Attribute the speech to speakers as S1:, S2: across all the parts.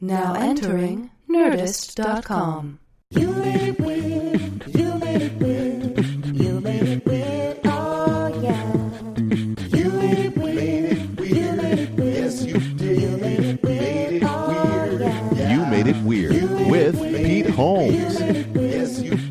S1: Now entering Nerdist.com.
S2: You made it weird. You made it weird. You made it weird. Oh yeah. You made it weird. You made it weird. Yes, you did. You made it weird. Oh yeah.
S3: You Made It Weird with Pete Holmes.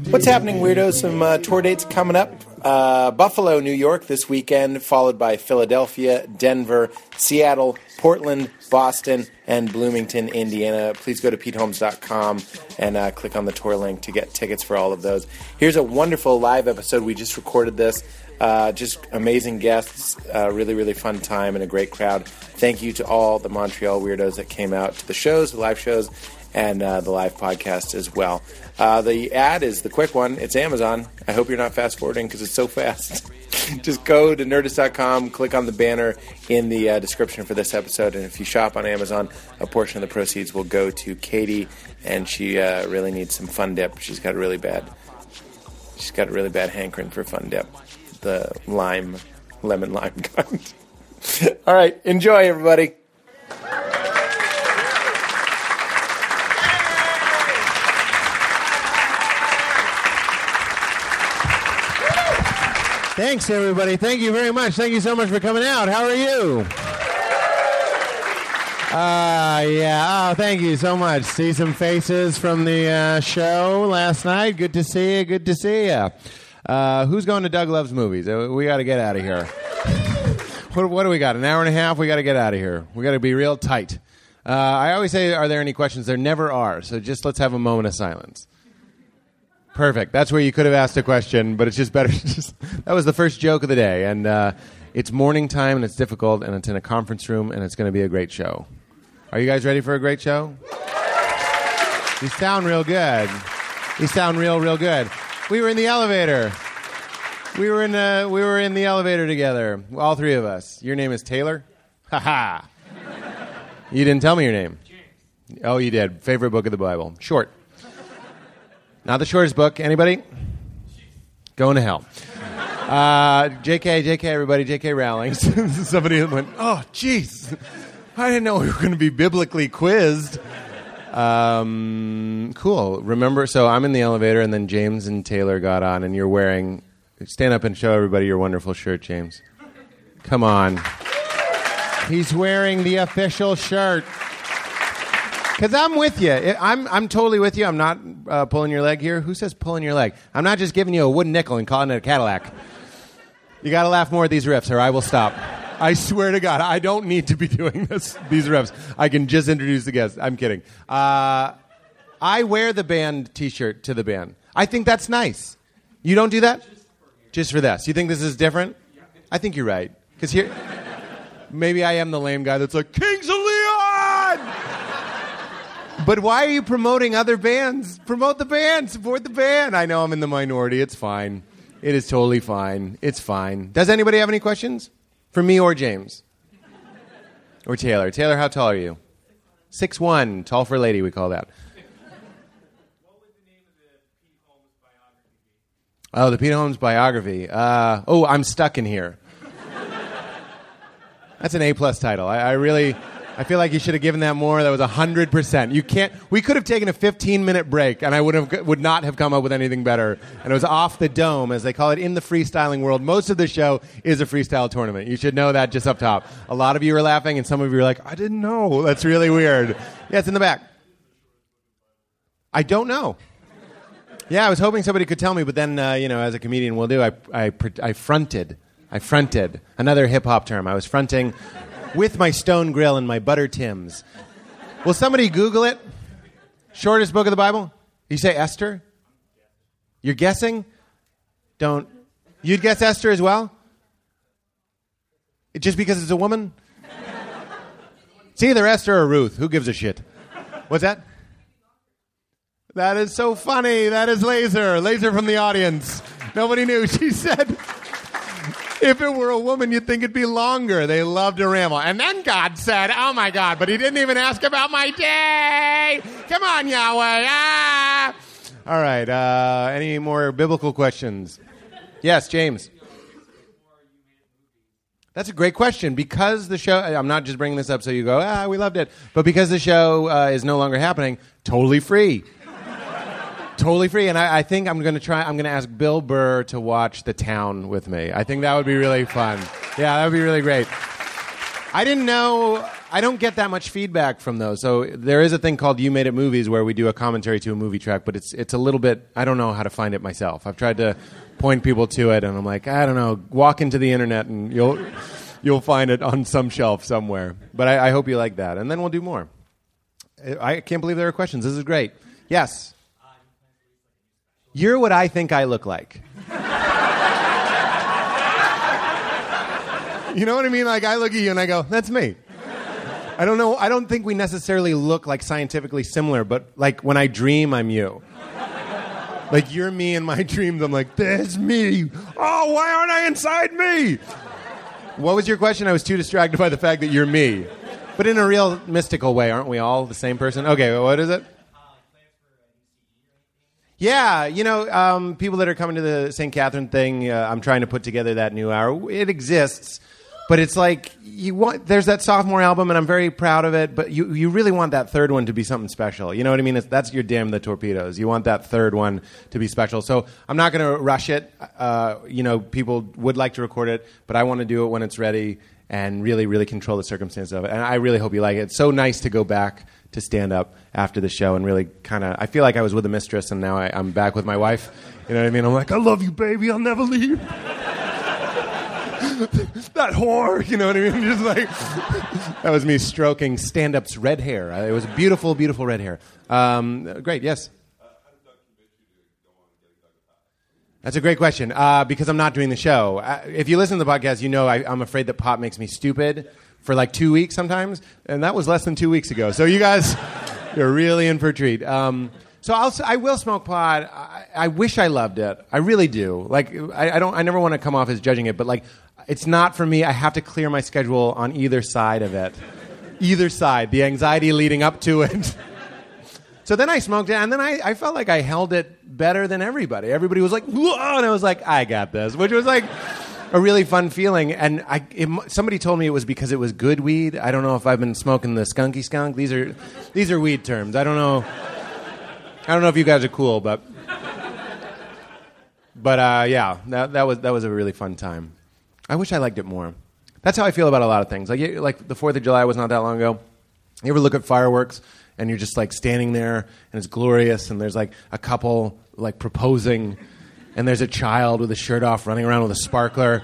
S4: What's happening, weirdos? Some uh, tour dates coming up. Uh, Buffalo, New York this weekend, followed by Philadelphia, Denver, Seattle, Portland, Boston, and Bloomington, Indiana. Please go to PeteHolmes.com and uh, click on the tour link to get tickets for all of those. Here's a wonderful live episode. We just recorded this. Uh, just amazing guests, uh, really, really fun time, and a great crowd. Thank you to all the Montreal weirdos that came out to the shows, the live shows, and uh, the live podcast as well. Uh, the ad is the quick one. It's Amazon. I hope you're not fast forwarding because it's so fast. Just go to nerdist.com, click on the banner in the uh, description for this episode, and if you shop on Amazon, a portion of the proceeds will go to Katie, and she uh, really needs some fun dip. She's got a really bad, she's got a really bad hankering for fun dip, the lime, lemon lime kind. All right, enjoy everybody.
S5: Thanks, everybody. Thank you very much. Thank you so much for coming out. How are you? Uh, yeah. Oh, thank you so much. See some faces from the uh, show last night. Good to see you. Good to see you. Uh, who's going to Doug Love's movies? Uh, We got to get out of here. What, what do we got? An hour and a half? We got to get out of here. We got to be real tight. Uh, I always say, are there any questions? There never are. So just let's have a moment of silence. Perfect. That's where you could have asked a question, but it's just better. just- that was the first joke of the day, and uh, it's morning time, and it's difficult, and it's in a conference room, and it's going to be a great show. Are you guys ready for a great show? You sound real good. You sound real, real good. We were in the elevator. We were in uh, we were in the elevator together, all three of us. Your name is Taylor. Ha ha. You didn't tell me your name. Oh, you did. Favorite book of the Bible. Short. Not the shortest book. Anybody? Going to hell. Uh, JK, JK, everybody, JK Rowling. Somebody went, oh, jeez. I didn't know we were going to be biblically quizzed. Um, cool. Remember, so I'm in the elevator, and then James and Taylor got on, and you're wearing. Stand up and show everybody your wonderful shirt, James. Come on. He's wearing the official shirt. Because I'm with you. I- I'm, I'm totally with you. I'm not uh, pulling your leg here. Who says pulling your leg? I'm not just giving you a wooden nickel and calling it a Cadillac. You got to laugh more at these riffs, or I will stop. I swear to God, I don't need to be doing this. These riffs. I can just introduce the guest. I'm kidding. Uh, I wear the band T-shirt to the band. I think that's nice. You don't do that, just for this. You think this is different? I think you're right. Because here, maybe I am the lame guy that's like Kings of Leon. But why are you promoting other bands? Promote the band, support the band. I know I'm in the minority. It's fine. It is totally fine. It's fine. Does anybody have any questions for me or James or Taylor? Taylor, how tall are you? Six one, tall for a lady. We call that. Oh, the Pete Holmes biography. Uh, oh, I'm stuck in here. That's an A plus title. I, I really, I feel like you should have given that more. That was hundred percent. You can't. We could have taken a fifteen minute break, and I would have would not have come up with anything better. And it was off the dome, as they call it in the freestyling world. Most of the show is a freestyle tournament. You should know that just up top. A lot of you were laughing, and some of you were like, "I didn't know." That's really weird. Yeah, it's in the back. I don't know. Yeah, I was hoping somebody could tell me, but then uh, you know, as a comedian will do, I I, pr- I fronted, I fronted another hip hop term. I was fronting with my stone grill and my butter tims. Will somebody Google it? Shortest book of the Bible? You say Esther? You're guessing? Don't. You'd guess Esther as well? It- Just because it's a woman? It's either Esther or Ruth. Who gives a shit? What's that? That is so funny. That is Laser. Laser from the audience. Nobody knew. She said, if it were a woman, you'd think it'd be longer. They love to ramble. And then God said, oh my God, but he didn't even ask about my day. Come on, Yahweh. Ah! All right. Uh, any more biblical questions? Yes, James. That's a great question because the show. I'm not just bringing this up so you go, ah, we loved it, but because the show uh, is no longer happening, totally free, totally free. And I, I think I'm gonna try. I'm gonna ask Bill Burr to watch The Town with me. I think that would be really fun. Yeah, that would be really great. I didn't know. I don't get that much feedback from those. So there is a thing called "You Made It Movies" where we do a commentary to a movie track, but it's it's a little bit. I don't know how to find it myself. I've tried to point people to it, and I'm like, I don't know. Walk into the internet, and you'll you'll find it on some shelf somewhere. But I, I hope you like that, and then we'll do more. I I can't believe there are questions. This is great. Yes. You're what I think I look like. You know what I mean? Like I look at you and I go, "That's me." I don't know. I don't think we necessarily look like scientifically similar, but like when I dream, I'm you. Like you're me in my dreams. I'm like, "That's me." Oh, why aren't I inside me? What was your question? I was too distracted by the fact that you're me. But in a real mystical way, aren't we all the same person? Okay, what is it? Yeah, you know, um, people that are coming to the St. Catherine thing, uh, I'm trying to put together that new hour. It exists, but it's like you want. There's that sophomore album, and I'm very proud of it. But you, you really want that third one to be something special. You know what I mean? It's, that's your damn the torpedoes. You want that third one to be special. So I'm not going to rush it. Uh, you know, people would like to record it, but I want to do it when it's ready and really, really control the circumstances of it. And I really hope you like it. It's so nice to go back to stand up after the show and really kind of. I feel like I was with a mistress and now I, I'm back with my wife. You know what I mean? I'm like, I love you, baby. I'll never leave. that whore. You know what I mean? Just like that was me stroking stand up's red hair. Uh, It was beautiful, beautiful red hair. Um, great. Yes. That's a great question uh, because I'm not doing the show. Uh, if you listen to the podcast, you know I, I'm afraid that pop makes me stupid for like two weeks sometimes, and that was less than two weeks ago. So you guys, you're really in for a treat. Um, so I'll, s- I will smoke pot. I, I wish I loved it. I really do. Like I, I don't. I never want to come off as judging it, but like it's not for me. I have to clear my schedule on either side of it. Either side, the anxiety leading up to it. So then I smoked it, and then I, I felt like I held it better than everybody. Everybody was like, whoa, and I was like, I got this, which was like a really fun feeling. And I, it, mu- somebody told me it was because it was good weed. I don't know if I've been smoking the skunky skunk. These are, these are weed terms. I don't know. I don't know if you guys are cool, but, but uh, yeah, that, that was that was a really fun time. I wish I liked it more. That's how I feel about a lot of things. Like you- like the Fourth of July was not that long ago. You ever look at fireworks and you're just like standing there and it's glorious and there's like a couple like proposing and there's a child with a shirt off running around with a sparkler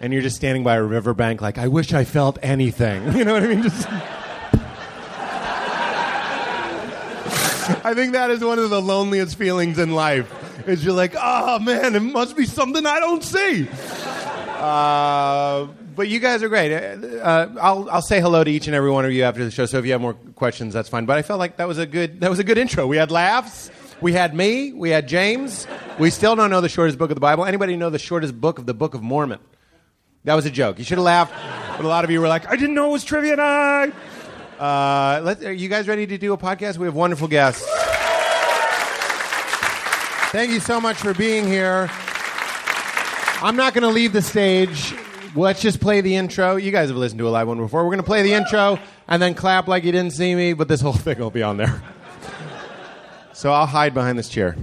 S5: and you're just standing by a riverbank like I wish I felt anything. You know what I mean? Just I think that is one of the loneliest feelings in life. Is you're like, oh man, it must be something I don't see. Uh, but you guys are great. Uh, I'll I'll say hello to each and every one of you after the show. So if you have more questions, that's fine. But I felt like that was a good that was a good intro. We had laughs. We had me. We had James. We still don't know the shortest book of the Bible. Anybody know the shortest book of the Book of Mormon? That was a joke. You should have laughed. But a lot of you were like, I didn't know it was trivia night. Uh, let, are you guys ready to do a podcast? We have wonderful guests. Thank you so much for being here. I'm not going to leave the stage. Let's just play the intro. You guys have listened to a live one before. We're going to play the intro and then clap like you didn't see me, but this whole thing will be on there. So I'll hide behind this chair.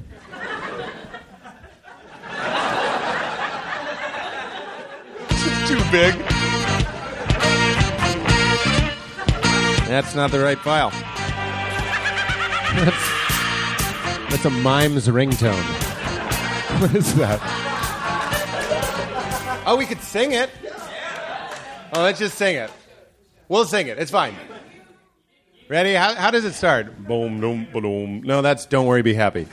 S5: It's too big. That's not the right file. That's, that's a mime's ringtone. What is that? Oh, we could sing it. Oh, let's just sing it. We'll sing it. It's fine. Ready? How, how does it start? Boom, boom, boom. No, that's "Don't Worry, Be Happy."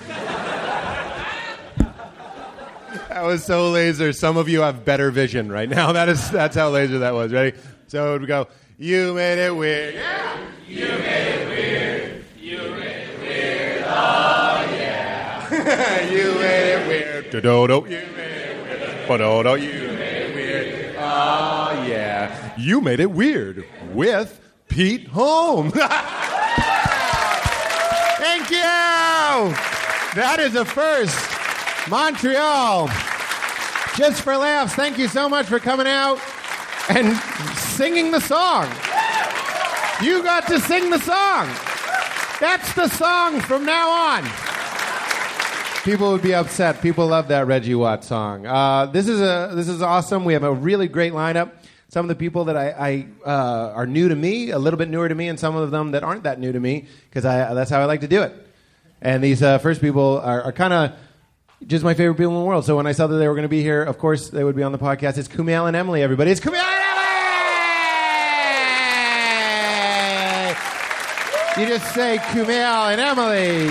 S5: that was so laser. Some of you have better vision right now. That is that's how laser that was. Ready? So it would go. You made it weird. Yeah. You made it weird. You made it weird. Oh yeah. you made it weird. Do do do. You but oh, no, you made it weird.
S2: Ah,
S5: Oh, yeah. You made it weird with Pete Holmes. Thank you. That is a first. Montreal. Just for laughs, thank you so much for coming out. and singing the song. You got to sing the song. That's the song from now on. People would be upset. People love that Reggie Watt song. Uh, this is a this is awesome. We have a really great lineup. Some of the people that I, I uh, are new to me, a little bit newer to me, and some of them that aren't that new to me, because that's how I like to do it. And these uh, first people are, are kind of just my favorite people in the world. So when I saw that they were going to be here, of course they would be on the podcast. It's Kumail and Emily, everybody. It's Kumail and Emily. You just say Kumail and Emily.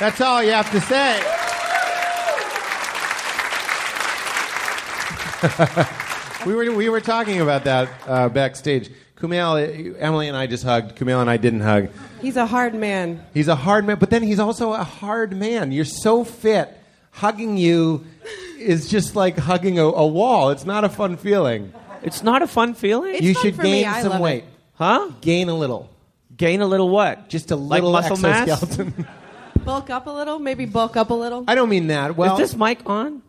S5: That's all you have to say. we were we were talking about that uh, backstage. Kumail, Emily, and I just hugged. Kumail and I didn't hug.
S6: He's a hard man.
S5: He's a hard man, but then he's also a hard man. You're so fit. Hugging you is just like hugging a, a wall. It's not a fun feeling.
S7: It's not a fun feeling,
S6: It's
S5: you
S6: fun
S5: should
S6: for
S5: gain
S6: me. I
S5: some
S6: love it.
S5: weight.
S7: huh?
S5: Gain a little.
S7: Gain a little what?
S5: Just a little
S7: like muscle mass.
S5: exoskeleton.
S6: Bulk up a little, maybe bulk up a little.
S5: I don't mean that. Well,
S7: Is this mic on?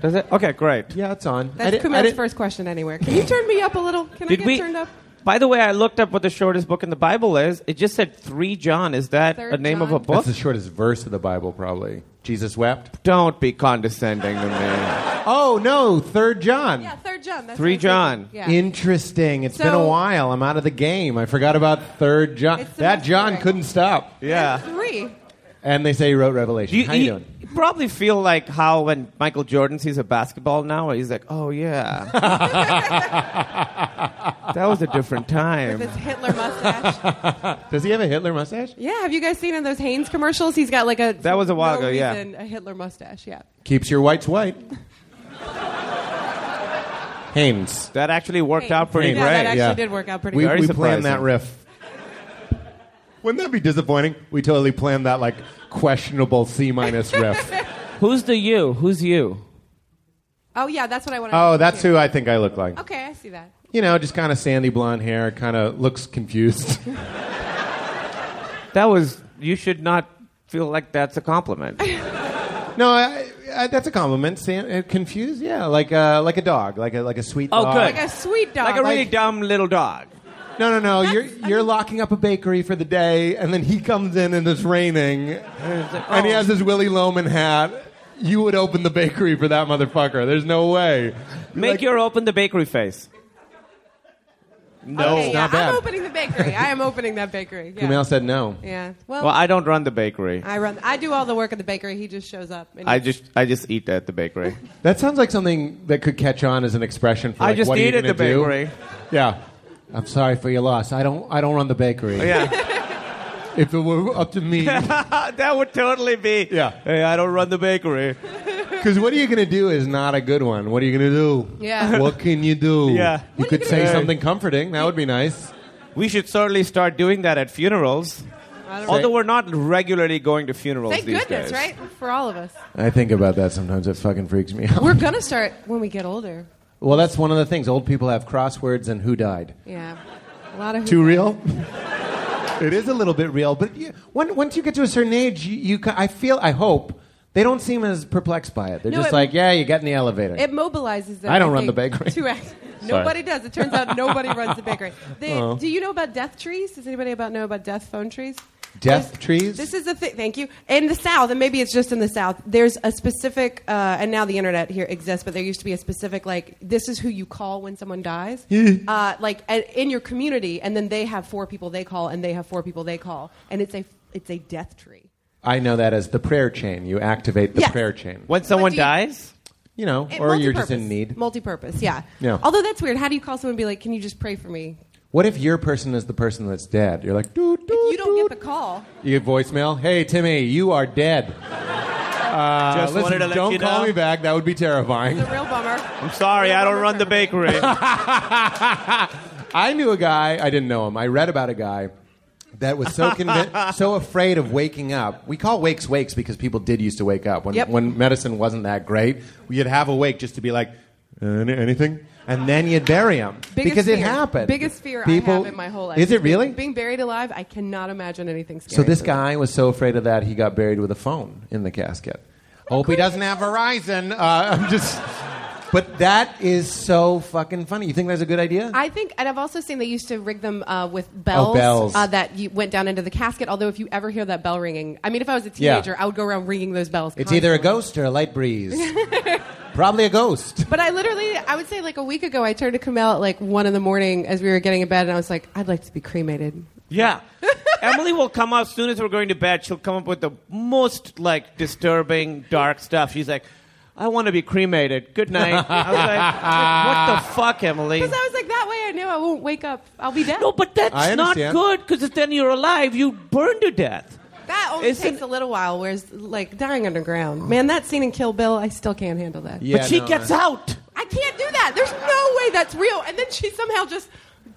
S7: Does it? Okay, great.
S5: yeah, it's on. I
S6: That's
S5: didn't- I
S6: Kumail's
S5: didn't-
S6: first question anywhere. Can you turn me up a little? Can I
S7: Did
S6: get
S7: we?
S6: turned up?
S7: By the way, I looked up what the shortest book in the Bible is. It just said three John. Is that
S6: Third
S7: a name of
S6: John?
S7: a book?
S5: That's the shortest verse of the Bible, probably. Jesus wept.
S7: Don't be condescending to me.
S5: Oh no, Third John.
S6: Yeah, third John. That's
S7: Three
S6: what
S7: John.
S6: I'm thinking. Yeah.
S5: Interesting. It's been a
S6: So-
S5: while. I'm out of the game. I forgot about Third John.
S6: It's the
S5: That
S6: most
S5: John
S6: correct.
S5: couldn't stop.
S7: Yeah.
S6: Three.
S5: And they say he wrote Revelation.
S7: Do you,
S5: How you
S7: you-
S5: doing?
S7: you probably feel like how when Michael Jordan sees a basketball now, he's like, "Oh yeah, that was a different time."
S6: This Hitler mustache.
S5: Does he have a Hitler mustache?
S6: yeah, have you guys seen in those Haynes commercials? He's got like a
S7: That was a while
S6: no
S7: ago, yeah.
S6: reason, a Hitler mustache. Yeah.
S5: Keeps your whites white. Haynes.
S7: That actually worked out pretty
S5: Hey,
S6: yeah,
S5: right,
S6: that actually
S5: yeah.
S6: did work out pretty
S5: We,
S6: good.
S7: Very
S5: we
S7: surprising.
S5: planned that riff. Wouldn't that be disappointing? We totally planned that like questionable C minus riff.
S7: Who's the you? Who's you?
S6: Oh yeah, that's what I want.
S5: Oh, that's who I think I look like.
S6: Okay, I see that.
S5: You know, just kind of sandy blonde hair, kind of looks confused.
S7: That was. You should not feel like that's a compliment.
S5: no, I, I, that's a compliment. San, uh, confused, yeah, like uh, like a dog, like a like a sweet.
S7: Oh,
S5: dog.
S7: good.
S6: Like a sweet dog.
S7: like a really dumb little dog.
S5: No, no, no. You're
S6: I
S5: you're locking up a bakery for the day, and then he comes in and it's raining, and he
S7: Oh.
S5: has his Willy Loman hat. You would open the bakery for that motherfucker. There's no way. You're
S7: Make
S5: like,
S7: your open the bakery face.
S5: no,
S6: Okay,
S5: it's
S6: yeah,
S5: not bad.
S6: I'm opening the bakery. I am opening that bakery. Yeah.
S5: Kumail said no.
S6: Yeah. Well,
S7: Well, I don't run the bakery.
S6: I run. I do all the work at the bakery. He just shows up. And
S7: I just I just eat at the bakery.
S5: That sounds like something that could catch on as an expression for.
S7: I
S5: Like,
S7: just
S5: what are you
S7: eat at the
S5: gonna do?
S7: bakery.
S5: Yeah. I'm sorry for your loss. I don't. I don't run the bakery.
S7: Yeah,
S5: If it were up to me,
S7: that would totally be.
S5: Yeah.
S7: Hey, I don't run the bakery.
S5: because what are you gonna do is not a good one. What are you gonna do?
S6: Yeah.
S5: What can you do?
S7: Yeah.
S5: You
S6: What are
S5: could
S6: you
S5: say
S6: gonna do?
S5: something comforting. That would be nice.
S7: We should certainly start doing that at funerals.
S6: I don't know.
S7: Although we're not regularly going to funerals
S6: Thank
S7: these
S6: goodness,
S7: days.
S6: right? For all of us.
S5: I think about that sometimes. It fucking freaks me out.
S6: We're gonna start when we get older.
S5: well, that's one of the things. Old people have crosswords and who died.
S6: Yeah. A lot of
S5: Too real? it is a little bit real, but you, when, once you get to a certain age, you, you ca- I feel, I hope, they don't seem as perplexed by it. They're
S6: No,
S5: just
S6: it-
S5: like, yeah, you got in the elevator.
S6: It mobilizes them.
S5: I don't run
S6: think,
S5: the bakery.
S6: To act. Nobody does. It turns out nobody runs the bakery. They,
S5: Oh.
S6: Do you know about death trees? Does anybody about know about death phone trees?
S5: Death
S6: This-
S5: trees?
S6: This is a thing. Thank you. In the South, and maybe it's just in the South. There's a specific, uh, and now the internet here exists, but there used to be a specific like this is who you call when someone dies, uh, like a- in your community, and then they have four people they call, and they have four people they call, and it's a it's a death tree.
S5: I know that as the prayer chain. You activate the
S6: Yes.
S5: prayer chain.
S7: When someone
S6: do you-
S7: dies,
S5: You know,
S6: It-
S5: or you're just
S6: multi-purpose.
S5: in need.
S6: Multi-purpose, yeah.
S5: Yeah.
S6: Although that's weird. How do you call someone and be like, "Can you just pray for me?"
S5: What if your person is the person that's dead? You're like, doo, doo,
S6: You don't
S5: doo.
S6: get the call.
S5: You get voicemail. Hey, Timmy, you are dead. Uh,
S7: Just wanted to let
S5: don't
S7: you
S5: call
S7: know.
S5: me back. That would be terrifying.
S6: It's a real bummer.
S7: I'm sorry, I don't run the bakery.
S5: I knew a guy. I didn't know him. I read about a guy that was so convi- so afraid of waking up. We call wakes wakes because people did used to wake up when
S6: Yep.
S5: when medicine wasn't that great. You'd have a wake just to be like "Any- anything, and then you'd bury him
S6: Biggest
S5: because it
S6: fear.
S5: happened.
S6: Biggest fear I have in my whole life.
S5: Is it really?
S6: Being buried alive, I cannot imagine anything scary.
S5: so this guy was so afraid of that he got buried with a phone in the casket. Hope he doesn't have Verizon. Uh, I'm just. But that is so fucking funny. You think that's a good idea?
S6: I think, and I've also seen they used to rig them uh, with bells,
S5: Oh, bells.
S6: Uh, that you went down into the casket. Although, if you ever hear that bell ringing, I mean, if I was a
S5: Yeah.
S6: teenager, I would go around ringing those bells.
S5: it's either a
S6: constantly.
S5: ghost or a light breeze. Probably a ghost.
S6: But I literally, I would say like a week ago, I turned to Camille at like one in the morning as we were getting in bed, and I was like, I'd like to be cremated.
S7: Yeah. Emily will come up as soon as we're going to bed. She'll come up with the most like disturbing, dark stuff. She's like, "I want to be cremated. Good night." I was like, "What the fuck, Emily?"
S6: Because I was like, that way I knew I won't wake up. I'll be dead.
S7: No, but
S5: I
S7: that's not
S5: understand.
S7: good because then you're alive. You burn to death.
S6: that only
S7: Isn't- Mm.
S6: takes a little while. Whereas like dying underground, man, that scene in Kill Bill, I still can't handle that.
S5: Yeah,
S7: but she
S5: no,
S7: gets
S5: I-
S7: out.
S6: I can't do that. There's no way that's real. And then she somehow just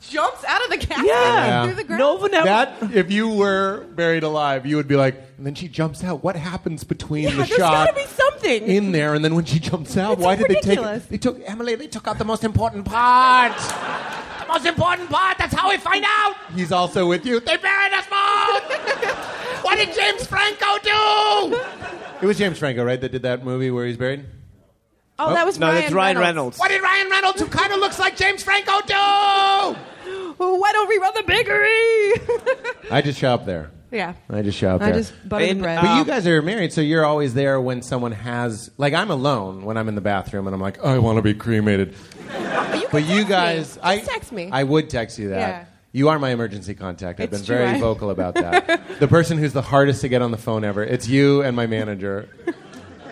S6: jumps out of the casket
S7: Yeah.
S6: through the ground.
S7: No one ever.
S5: That if you were buried alive, you would be like, and then she jumps out. What happens between
S6: yeah,
S5: the
S6: there's
S5: shot
S6: gotta be something.
S5: in there and then when she jumps out?
S6: It's
S5: why
S6: so
S5: did
S6: ridiculous.
S5: they take? They took Emily. They took out the most important part. the most important part. That's how we find out. He's also with you. They buried us both. what did James Franco do? It was James Franco, right? That did that movie where he's buried.
S6: oh, that was
S7: no,
S6: Ryan
S7: that's Ryan Reynolds.
S5: What did Ryan Reynolds, who kind of looks like James Franco, do?
S6: Well, why don't we run the bakery?
S5: I just shop there.
S6: yeah.
S5: I just shop
S6: I
S5: there.
S6: just buttered
S7: In,
S6: the bread.
S7: uh,
S5: But you
S7: Um,
S5: guys are married, so you're always there when someone has. Like, I'm alone when I'm in the bathroom and I'm like, I want to be cremated.
S6: But you, can
S5: But you
S6: text
S5: guys.
S6: me.
S5: I,
S6: Just text me.
S5: I would text you that.
S6: Yeah.
S5: You are my emergency contact. I've
S6: It's
S5: been
S6: true,
S5: very
S6: I-
S5: vocal about that. the person who's the hardest to get on the phone ever. It's you and my manager.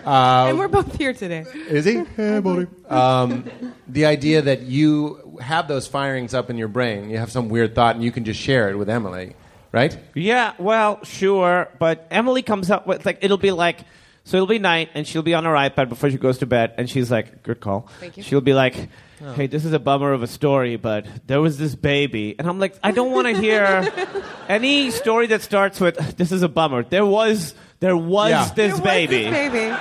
S5: Uh,
S6: and we're both here today.
S5: Is he? Hey, buddy. Um, the idea that you have those firings up in your brain, you have some weird thought, and you can just share it with Emily, right?
S7: Yeah, well, sure, but Emily comes up with like it'll be like so it'll be night and she'll be on her iPad before she goes to bed and she's like, "Good call."
S6: Thank you.
S7: She'll be like,
S5: Oh.
S7: "Hey, this is a bummer of a story, but there was this baby." And I'm like, "I don't want to hear any story that starts with this is a bummer. There was there was
S5: Yeah.
S7: this
S6: It was
S7: baby.
S6: this baby.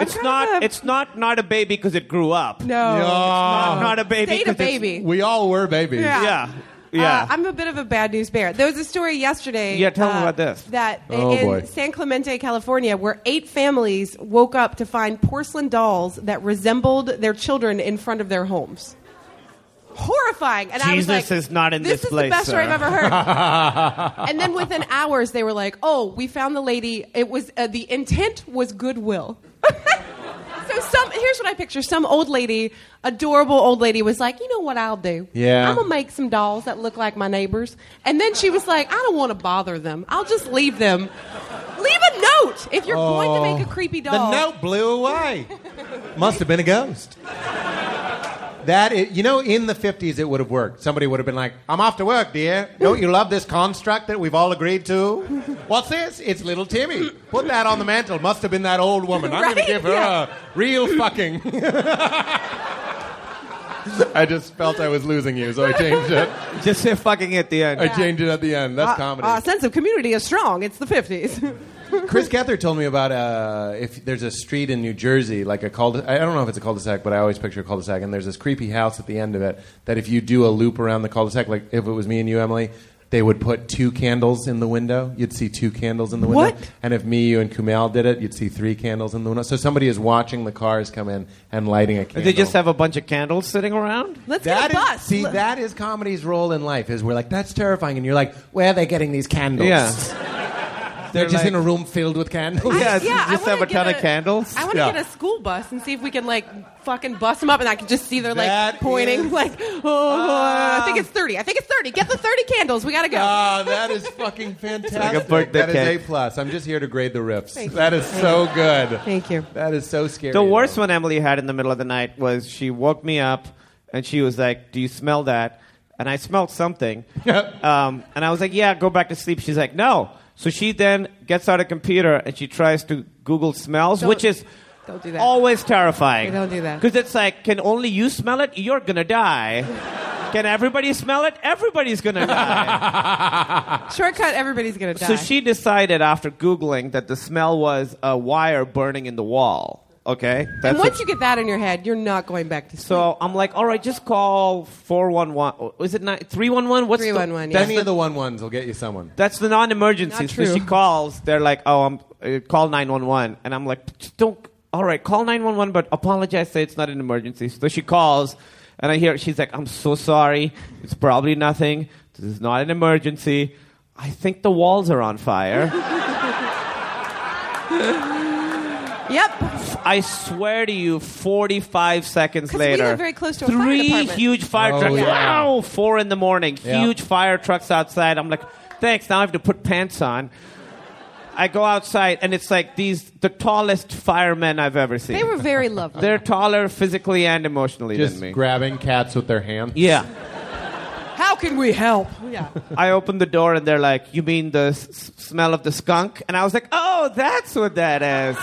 S7: It's
S6: trying
S7: not
S6: to-
S7: it's not not a baby because it grew up.
S6: No.
S7: Not, not a baby
S6: Date a
S7: 'cause it's-
S6: baby.
S5: We all were babies.
S6: Yeah.
S7: Yeah. Yeah.
S6: Uh, I'm a bit of a bad news bear. There was a story yesterday.
S7: Yeah, tell them
S6: uh,
S7: about this.
S6: That
S5: Oh,
S6: in
S5: boy.
S6: San Clemente, California, where eight families woke up to find porcelain dolls that resembled their children in front of their homes. Horrifying. And I was
S7: Jesus
S6: like,
S7: is not in this
S6: is
S7: place,
S6: the best story
S7: sir."
S6: I've ever heard. and then within hours, they were like, "Oh, we found the lady. It was uh, the intent was goodwill." So some here's what I picture: some old lady, adorable old lady, was like, "You know what I'll do?
S5: Yeah.
S6: I'm gonna make some dolls that look like my neighbors." And then she was like, "I don't want to bother them. I'll just leave them. Leave a note if you're going to make a creepy doll."
S5: Oh, The note blew away. Must have been a ghost. That i you know, in the 50s, it would have worked. Somebody would have been like, I'm off to work, dear. Don't you love this construct that we've all agreed to? What's this? It's little Timmy. Put that on the mantle. Must have been that old woman. I'm going to
S6: Right?
S5: give her
S6: Yeah.
S5: a real fucking. I just felt I was losing you, so I changed it.
S7: Just say fucking at the end.
S5: I changed it at the end. That's
S6: Uh,
S5: comedy.
S6: Our sense of community is strong. It's the 50s.
S5: Chris Gethard told me about uh, if there's a street in New Jersey, like a cul I don't know if it's a cul-de-sac, but I always picture a cul-de-sac, and there's this creepy house at the end of it that if you do a loop around the cul-de-sac, like if it was me and you, Emily, they would put two candles in the window. You'd see two candles in the window.
S6: What?
S5: And if me, you, and Kumail did it, you'd see three candles in the window. So somebody is watching the cars come in and lighting a candle.
S7: They just have a bunch of candles sitting around.
S6: Let's
S5: That
S6: get a
S5: is-
S6: bus.
S5: see,
S6: L-
S5: that is comedy's role in life. Is we're like, that's terrifying, and you're like, where are they getting these candles?
S7: Yeah.
S5: They're, just
S7: like-
S5: in a room filled with candles.
S7: Yeah,
S6: yeah, I
S7: just
S6: wanna
S7: have a
S6: get
S7: ton of candles.
S6: I want to
S5: Yeah.
S6: get a school bus and see if we can like fucking bust them up, and I can just see they're like
S5: That
S6: pointing,
S5: is-
S6: like, oh, I
S7: Ah.
S6: think it's thirty. I think it's thirty. Get the thirty candles. We gotta go.
S5: Ah, that is fucking fantastic.
S7: like a birthday
S5: That is
S7: cake.
S5: A plus. I'm just here to grade the riffs.
S6: Thank you.
S5: That is so good.
S6: Thank you.
S5: That is so scary.
S7: The worst
S5: though.
S7: one Emily had in the middle of the night was she woke me up and she was like, Do you smell that? And I smelled something. um, and I was like, Yeah, go back to sleep. She's like, No. So she then gets out a computer and she tries to Google smells,
S6: Don't-
S7: which is
S6: don't do that.
S7: always terrifying.
S6: Don't do that.
S7: Because it's like, Can only you smell it? You're going to die. Can everybody smell it? Everybody's going to die.
S6: Shortcut. Everybody's gonna die.
S7: So she decided after Googling that the smell was a wire burning in the wall. Okay? That's
S6: and
S7: what-
S6: once you get that in your head, you're not going back to sleep.
S7: So I'm like, all right, just call 411. Oh, Is it not 311? What's the-
S6: 311, yeah.
S7: that's,
S5: Any
S7: the,
S5: of the one ones will get you someone.
S7: that's the non emergency.
S6: Not
S7: So
S6: true.
S7: she calls. They're like, oh, I'm uh, call 911. And I'm like, just don't. all right, call 911, but apologize, say it's not an emergency. So she calls, and I hear, she's like, I'm so sorry. It's probably nothing. This is not an emergency. I think the walls are on fire.
S6: Yep.
S7: I swear to you, 45 seconds
S6: 'Cause we
S7: later.
S6: live very close to a fire
S7: Three
S6: department.
S7: huge fire
S5: Oh,
S7: trucks.
S5: yeah.
S7: Wow, four in the morning.
S5: Yeah.
S7: Huge fire trucks outside. I'm like, thanks, now I have to put pants on. I go outside, and it's like these the tallest firemen I've ever seen.
S6: They were very lovely.
S7: They're taller physically and emotionally
S5: Just
S7: than me.
S5: grabbing cats with their hand.
S7: yeah.
S6: How can we help? Yeah.
S7: I opened the door and they're like, You mean the s- s- smell of the skunk? And I was like, Oh, that's what that is.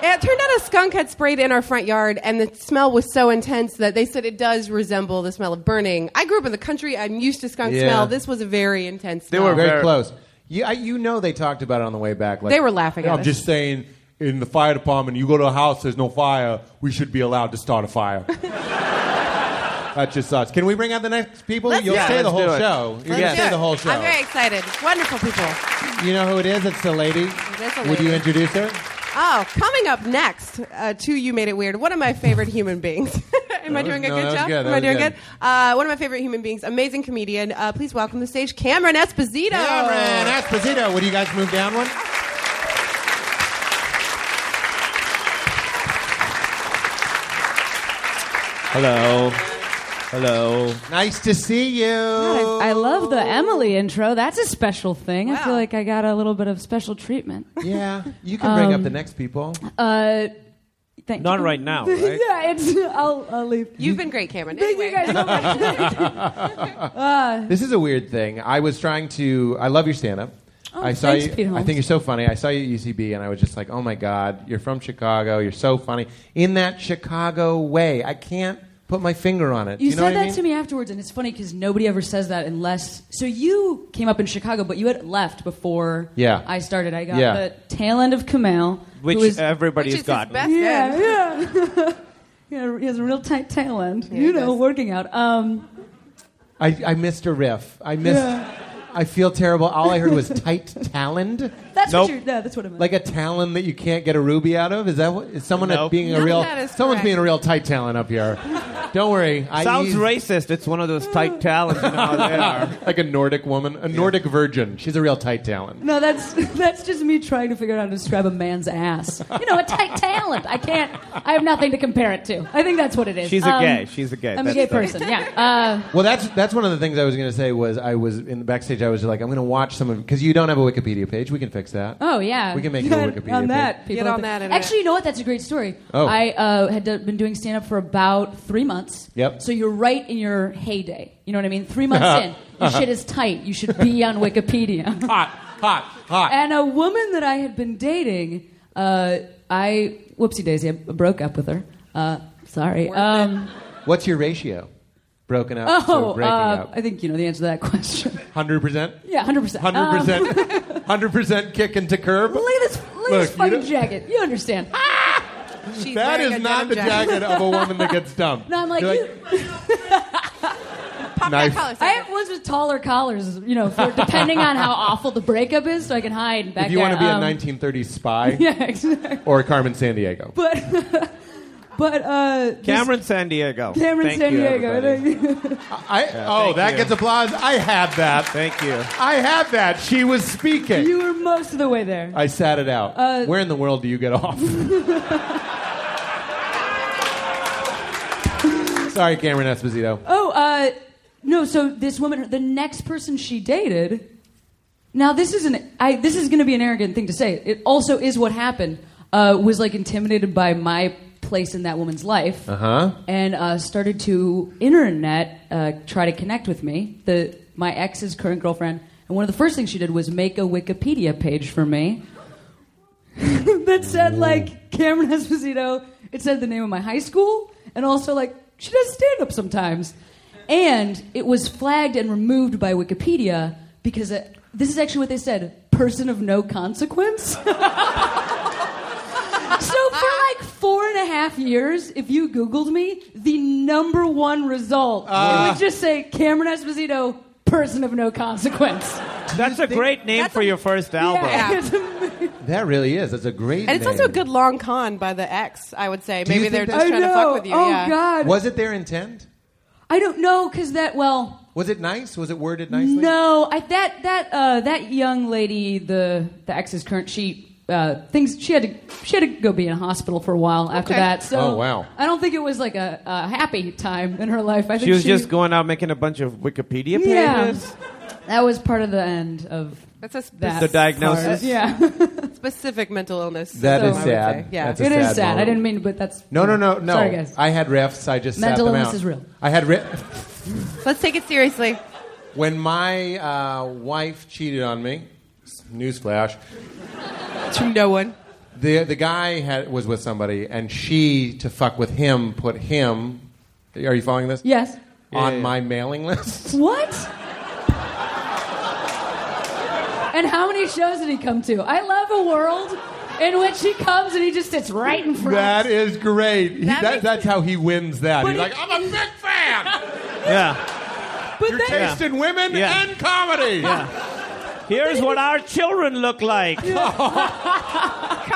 S6: It turned out a skunk had sprayed in our front yard, and the smell was so intense that they said it does resemble the smell of burning. I grew up in the country. I'm used to skunk
S5: Yeah.
S6: smell. This was a very intense
S7: They
S6: smell.
S7: were
S5: very
S7: Very-
S5: close. You, I, you know they talked about it on the way back. Like,
S6: They were laughing at
S8: I'm
S6: us.
S8: just saying, in the fire department, you go to a house, there's no fire, we should be allowed to start a fire.
S5: That's just us. Can we bring out the next people?
S6: Let's
S5: You'll
S6: do it.
S5: stay
S6: Yeah,
S5: the
S7: let's do
S5: whole
S7: it.
S5: show. You're
S6: Let's
S5: gonna
S6: do
S5: stay
S6: it.
S5: the whole show.
S6: I'm very excited. Wonderful people.
S5: You know who it is? It's the lady.
S6: is a
S5: Would you
S6: lady.
S5: introduce her?
S6: Oh, coming up next, uh, two you made it weird. One of my favorite human beings. Am I
S5: That was-
S6: doing a
S5: no, that
S6: good
S5: was
S6: job?
S5: good.
S6: Am
S5: That
S6: I
S5: was
S6: doing
S5: good.
S6: good? Uh, one of my favorite human beings, amazing comedian. Uh, please welcome to the stage, Cameron Esposito.
S5: Cameron Esposito. Would you guys move down one?
S7: Hello. Hello.
S5: Nice to see you.
S9: I love the Emily intro. That's a special thing. I feel like I got a little bit of special treatment. Um,
S5: Yeah, you can bring up the next people.
S9: Uh, thank
S7: Not
S9: you.
S7: right now, right?
S9: yeah, it's. I'll, I'll leave.
S6: You've been great, Cameron.
S9: Thank you Uh,
S6: Anyway.
S9: guys so much.
S5: This is a weird thing. I was trying to. I love your stand up.
S9: Oh,
S5: I saw
S9: thanks,
S5: you.
S9: Pete
S5: I
S9: Holmes.
S5: think you're so funny. I saw you at UCB, and I was just like, "Oh my God, you're from Chicago. You're so funny in that Chicago way." I can't put my finger on it. Do
S9: You,
S5: you know
S9: said
S5: what
S9: that
S5: I mean?
S9: to me afterwards, and it's funny because nobody ever says that unless. So you came up in Chicago, but you had left before
S5: Yeah.
S9: I started. I got
S5: Yeah.
S9: the tail end of Kamal,
S7: Which
S9: who is,
S6: Which
S7: everybody's
S6: is his
S7: got.
S6: best
S9: yeah,
S6: friend.
S9: yeah. yeah, he has a real tight tail end.
S6: he
S9: you know,
S6: does.
S9: working out. Um,
S5: I, I missed a riff. I missed. I feel terrible. All I heard was tight talent,
S9: that's what
S7: Nope.
S9: you're. Yeah, that's what I meant.
S5: like a talent that you can't get a ruby out of. Is that what? Is someone
S7: Nope.
S5: being a
S6: None of
S5: real?
S6: that is
S5: someone's
S6: correct.
S5: being a real tight talent up here. Don't worry. I
S7: Sounds
S5: ease-
S7: racist. It's one of those tight talents. You know how they are.
S5: Like a Nordic woman, a Nordic virgin. She's a real tight talent.
S9: No, that's that's just me trying to figure out how to describe a man's ass. You know, a tight talent. I can't. I have nothing to compare it to. I think that's what it is.
S7: She's a
S9: Um,
S7: gay. She's a gay.
S9: I'm a
S7: That's
S9: gay
S7: the-
S9: person. Yeah. Uh,
S5: Well, that's that's one of the things I was going to say was I was in the backstage. I was like, I'm going to watch some of because you don't have a Wikipedia page. We can fix that.
S9: oh yeah.
S5: We can make you a Wikipedia
S9: on that.
S5: page.
S9: people
S6: Get on
S9: out there.
S6: that internet.
S9: Actually, you know what? That's a great story.
S5: Oh.
S9: I uh, had done- been doing stand up for about three months.
S5: Yep. Uh-huh.
S9: So you're right in your heyday. You know what I mean? Three months in, your shit is tight. You should be on Wikipedia.
S8: hot, hot, hot.
S9: and a woman that I had been dating, uh, I whoopsie daisy, I broke up with her. Uh, sorry. Um,
S5: What's your ratio? Broken up
S9: oh,
S5: to breaking
S9: uh,
S5: up.
S9: I think you know the answer to that question.
S5: Hundred percent.
S9: yeah, hundred percent.
S5: Hundred percent. Hundred percent kick into curb.
S9: Look at um, this, look at
S5: Look,
S9: this
S5: you
S9: fucking
S5: don't-
S9: jacket. You understand?
S6: She's
S5: That
S6: wearing
S5: is
S6: a
S5: not
S6: denim
S5: the jacket of a woman that gets dumped.
S9: No, I'm like,
S5: You're
S9: you,
S6: Pop
S5: Knife.
S6: that collar.
S9: I
S6: Sarah.
S9: have ones with taller collars, you know, for, depending on how awful the breakup is, so I can hide. and Back
S5: if you
S9: there.
S5: want to be
S9: um,
S5: a 1930s spy
S9: yeah, exactly.
S5: or a Carmen San Diego.
S9: But, but uh, this-
S7: Cameron San Diego.
S9: Cameron
S7: Thank
S9: San
S7: you, everybody.
S9: Diego.
S5: I oh,
S7: thank
S5: that
S7: you.
S5: gets applause. I had that.
S7: Thank you.
S5: I had that. She was speaking.
S9: you were most of the way there.
S5: I sat it out.
S9: Uh,
S5: Where in the world do you get off? Sorry, Cameron Esposito.
S9: Oh, uh, no. So this woman, the next person she dated. Now this is an I, this is going to be an arrogant thing to say. It also is what happened. Uh, was like intimidated by my place in that woman's life,
S7: Uh-huh.
S5: Huh?
S9: and uh, started to internet uh, try to connect with me. The my ex's current girlfriend, and one of the first things she did was make a Wikipedia page for me that said like Cameron Esposito. It said the name of my high school, and also like she does stand up sometimes. And it was flagged and removed by Wikipedia because it, this is actually what they said: person of no consequence. So for like four and a half years, if you Googled me, the number one result it would just say Cameron Esposito, person of no consequence.
S7: That's a great name
S6: That's
S7: for
S6: a-
S7: your first album.
S6: Yeah.
S9: it's amazing.
S5: That really is. That's a great.
S6: And it's
S5: name.
S6: also a good long con by the ex, I would say.
S5: you
S6: Maybe
S5: think
S6: they're
S5: that-
S6: just
S9: I
S6: trying to
S9: know.
S6: fuck with you.
S9: Oh
S6: yeah.
S9: God,
S5: Was it their intent?
S9: I don't know because that well.
S5: Was it nice? Was it worded nicely?
S9: No, I, that that uh, that young lady, the the ex's current, she uh, things she had to she had to go be in a hospital for a while after
S6: Okay.
S9: that. So
S5: Oh, wow.
S9: I don't think it was like a, a happy time in her life. I think
S7: She was just going out making a bunch of Wikipedia
S9: Yeah.
S7: pages.
S9: That was part of the end of
S6: That's a
S9: that.
S6: spe-
S7: The diagnosis.
S9: part. Yeah,
S6: specific mental illness.
S5: That
S6: so
S5: is
S6: I would
S5: sad.
S6: say. Yeah.
S5: That's a
S9: it is
S5: sad
S9: sad.
S5: moment.
S9: I didn't mean, but that's
S5: No, no, no, no.
S9: Sorry, guys.
S5: I had refs. I just sat
S9: Mental
S5: them
S9: illness
S5: out.
S9: is real.
S5: I had re-
S6: Let's take it seriously.
S5: when my uh, wife cheated on me. Newsflash:
S6: To no one.
S5: the the guy had, was with somebody, and she to fuck with him put him. Are you following this?
S9: yes.
S5: On my mailing list.
S9: What? and how many shows did he come to? I love a world in which he comes and he just sits right in front.
S5: That is great. He-
S6: That
S5: that-
S6: makes-
S5: that's how he wins that. He's
S9: it-
S5: like, I'm a big fan.
S7: Yeah.
S9: but
S5: Your
S9: then-
S5: taste in women
S7: Yeah.
S5: and comedy.
S7: Here's what our children look like.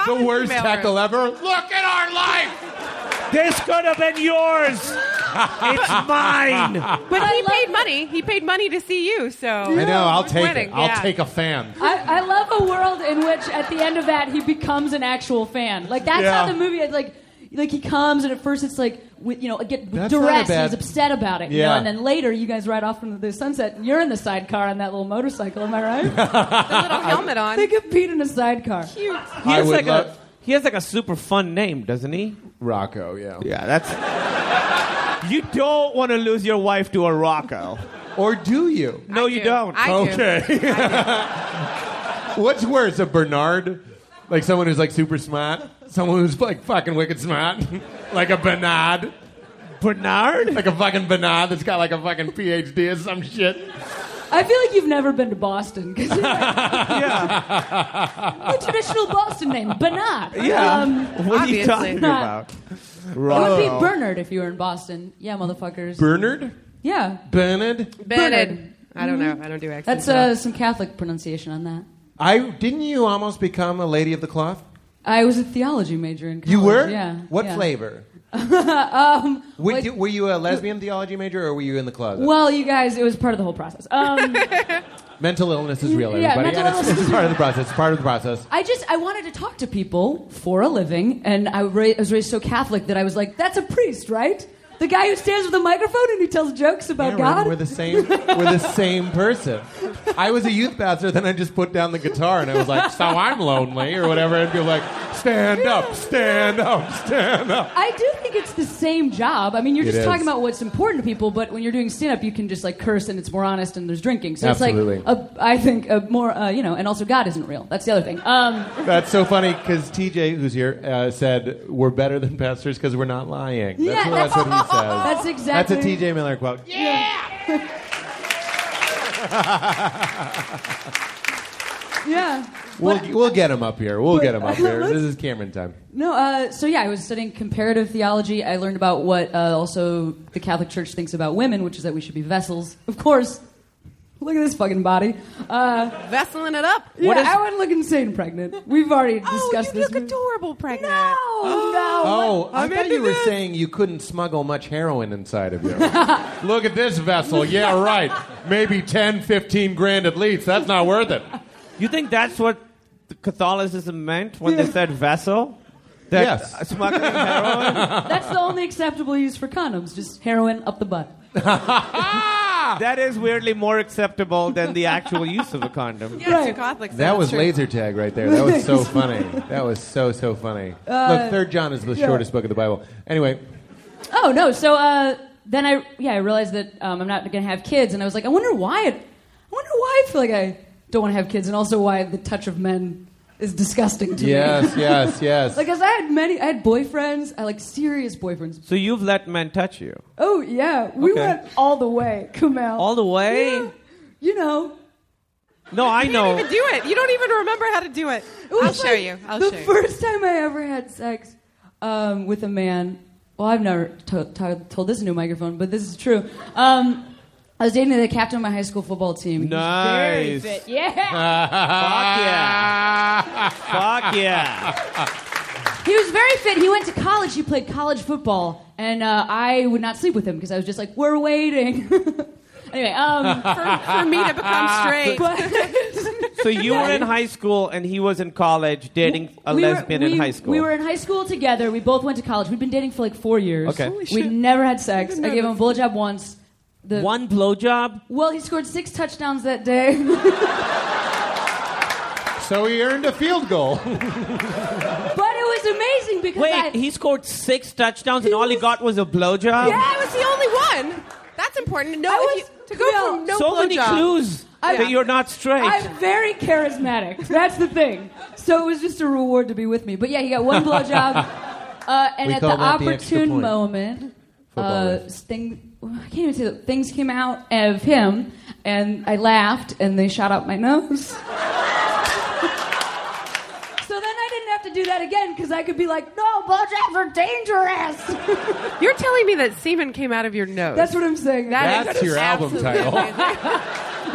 S5: The
S6: Common
S5: worst
S6: mailroom.
S5: tackle ever. Look at our life.
S7: This could have been yours. It's mine.
S6: But he paid money. He paid money to see you, so.
S5: I know. I'll
S6: We're
S5: take
S6: winning,
S5: it. I'll
S6: yeah.
S5: take a fan.
S9: I, I love a world in which at the end of that he becomes an actual fan. Like that's
S5: Yeah.
S9: how the movie like like he comes and at first it's like with, you know get
S5: That's not a
S9: duress
S5: bad-
S9: and he's upset about it. You
S5: Yeah.
S9: know? And then later you guys ride off into the sunset and you're in the sidecar on that little motorcycle. Am I right?
S6: The little helmet on.
S9: Think of Pete in a sidecar.
S6: Cute.
S7: He
S5: I
S7: has,
S5: would
S7: like a,
S5: love-
S7: he has like a super fun name, doesn't he?
S5: Rocco, yeah.
S7: Yeah, that's. You don't want to lose your wife to a Rocco.
S5: Or do you?
S7: No,
S6: I
S7: you
S6: do.
S7: don't.
S6: I do.
S5: What's worse, a Bernard? Like someone who's like super smart? Someone who's like fucking wicked smart? like a Bernard?
S7: Bernard?
S5: Like a fucking Bernard that's got like a fucking PhD or some shit?
S9: I feel like you've never been to Boston because
S7: Yeah.
S9: a traditional Boston name, but not.
S7: Yeah.
S9: Um,
S7: what are
S6: obviously.
S7: you talking
S9: Not-
S7: about?
S9: it would
S2: Oh.
S9: be Bernard if you were in Boston. Yeah, motherfuckers.
S5: Bernard?
S9: yeah.
S5: Bernard?
S6: Bernard. I don't know. I don't do accents.
S9: That's uh, some Catholic pronunciation on that.
S5: I didn't you almost become a lady of the cloth?
S9: I was a theology major in college.
S5: You were?
S9: Yeah.
S5: What
S9: yeah. Um,
S5: flavor? Were,
S9: like-
S5: you- were you a lesbian theology major or were you in the closet?
S9: Well, you guys, it was part of the whole process. Um,
S5: Mental illness is real,
S9: Yeah,
S5: everybody.
S9: mental
S5: and it's,
S9: illness
S5: it's
S9: is
S5: part of the process. It's part of the process.
S9: I just I wanted to talk to people for a living, and I, ra- I was raised so Catholic that I was like, "That's a priest, right? The guy who stands with a microphone and who tells jokes about
S5: Aaron,
S9: God."
S5: We're the same. We're the same person. I was a youth pastor. Then I just put down the guitar and I was like, "So I'm lonely" or whatever, and people were like, "Stand up, stand up, stand up."
S9: I do think it's the same job. I mean, you're
S5: It
S9: just
S5: is.
S9: talking about what's important to people, but when you're doing stand up, you can just like curse and it's more honest and there's drinking. So
S5: Absolutely.
S9: it's like, a, I think, a more, uh, you know, and also God isn't real. That's the other thing. Um,
S5: That's so funny because TJ, who's here, uh, said we're better than pastors because we're not lying. That's,
S9: Yeah,
S5: what, that's what he says.
S9: that's exactly.
S5: That's a TJ Miller quote.
S9: Yeah.
S5: We'll,
S9: But-
S5: we'll get him up here. We'll
S9: But-
S5: get him up here.
S9: Let's-
S5: This is Cameron time.
S9: No, uh, so yeah, I was studying comparative theology. I learned about what uh, also the Catholic Church thinks about women, which is that we should be vessels. Of course, look at this fucking body. Uh,
S6: Vesseling it up.
S9: yeah, I would look insane pregnant. We've already
S6: Oh,
S9: discussed
S6: you
S9: this.
S6: look adorable pregnant.
S9: No, no.
S5: Oh, I
S7: I'm
S5: thought
S7: into
S5: you were
S7: this.
S5: saying you couldn't smuggle much heroin inside of you. Look at this vessel. Yeah, right. Maybe 10, 15 grand at least. That's not worth it.
S7: You think that's what Catholicism meant when they said vessel? That uh,
S5: Yes.
S7: Smuggling heroin?
S9: That's the only acceptable use for condoms, just heroin up the butt.
S5: Ah!
S7: That is weirdly more acceptable than the actual use of a condom.
S6: Yeah,
S9: Right.
S6: two Catholics.
S5: That
S6: that's
S5: was
S6: true.
S5: laser tag right there. That was so funny. That was so, so funny. Look, Third John is the
S9: Uh, yeah.
S5: shortest book of the Bible. Anyway,
S9: Oh no! So uh, then I yeah I realized that um, I'm not gonna have kids, and I was like, I wonder why it. I wonder why I feel like I don't want to have kids, and also why the touch of men is disgusting to me.
S5: yes, yes, yes.
S9: Like, 'cause I had many, I had boyfriends, I like serious boyfriends.
S7: So you've let men touch you.
S9: Oh yeah, we
S7: Okay.
S9: went all the way, Kumail.
S7: All the way?
S9: Yeah. You know,
S7: No, I
S6: You
S7: know.
S6: can do it. You don't even remember how to do it.
S9: It was
S6: I'll show
S9: like
S6: you. I'll
S9: the
S6: show you.
S9: first time I ever had sex um, with a man. Well, I've never to- to- told this into a microphone, but this is true. Um, I was dating the captain of my high school football team. He was very
S7: Nice.
S9: fit. Yeah.
S7: Fuck yeah. Fuck yeah.
S9: He was very fit. He went to college. He played college football, and uh, I would not sleep with him because I was just like, "We're waiting." anyway, um,
S6: For, for me to become straight.
S7: So you were in high school and he was in college dating a
S9: we were-
S7: lesbian
S9: we-
S7: in high school.
S9: We were in high school together. We both went to college. We'd been dating for like four years.
S7: Okay. Holy
S9: We'd never had sex. I gave him a blowjob once. The,
S7: one blowjob.
S9: Well, he scored six touchdowns that day.
S5: So he earned a field goal.
S9: but it was amazing because
S7: Wait,
S9: I,
S7: he scored six touchdowns and all he got was a blowjob.
S6: Yeah, I was the only one. That's important to know.
S9: I
S6: if
S9: was-
S6: you- to go
S9: yeah.
S6: from no
S7: so many
S6: blowjob-
S7: clues
S9: I-
S7: that you're not straight.
S9: I'm very charismatic. That's the thing. So it was just a reward to be with me. But yeah, he got one blowjob. Uh, and
S5: We
S9: at the
S5: call that the extra
S9: opportune
S5: point.
S9: moment,
S5: Football
S9: uh,
S5: reference.
S9: thing, I can't even say that. Things came out of him, and I laughed, and they shot up my nose. so then I didn't have to do that again because I could be like, no, blowjobs are dangerous.
S6: You're telling me that semen came out of your nose.
S9: That's what I'm saying. That
S6: is
S5: That's your album
S6: absolutely
S5: title.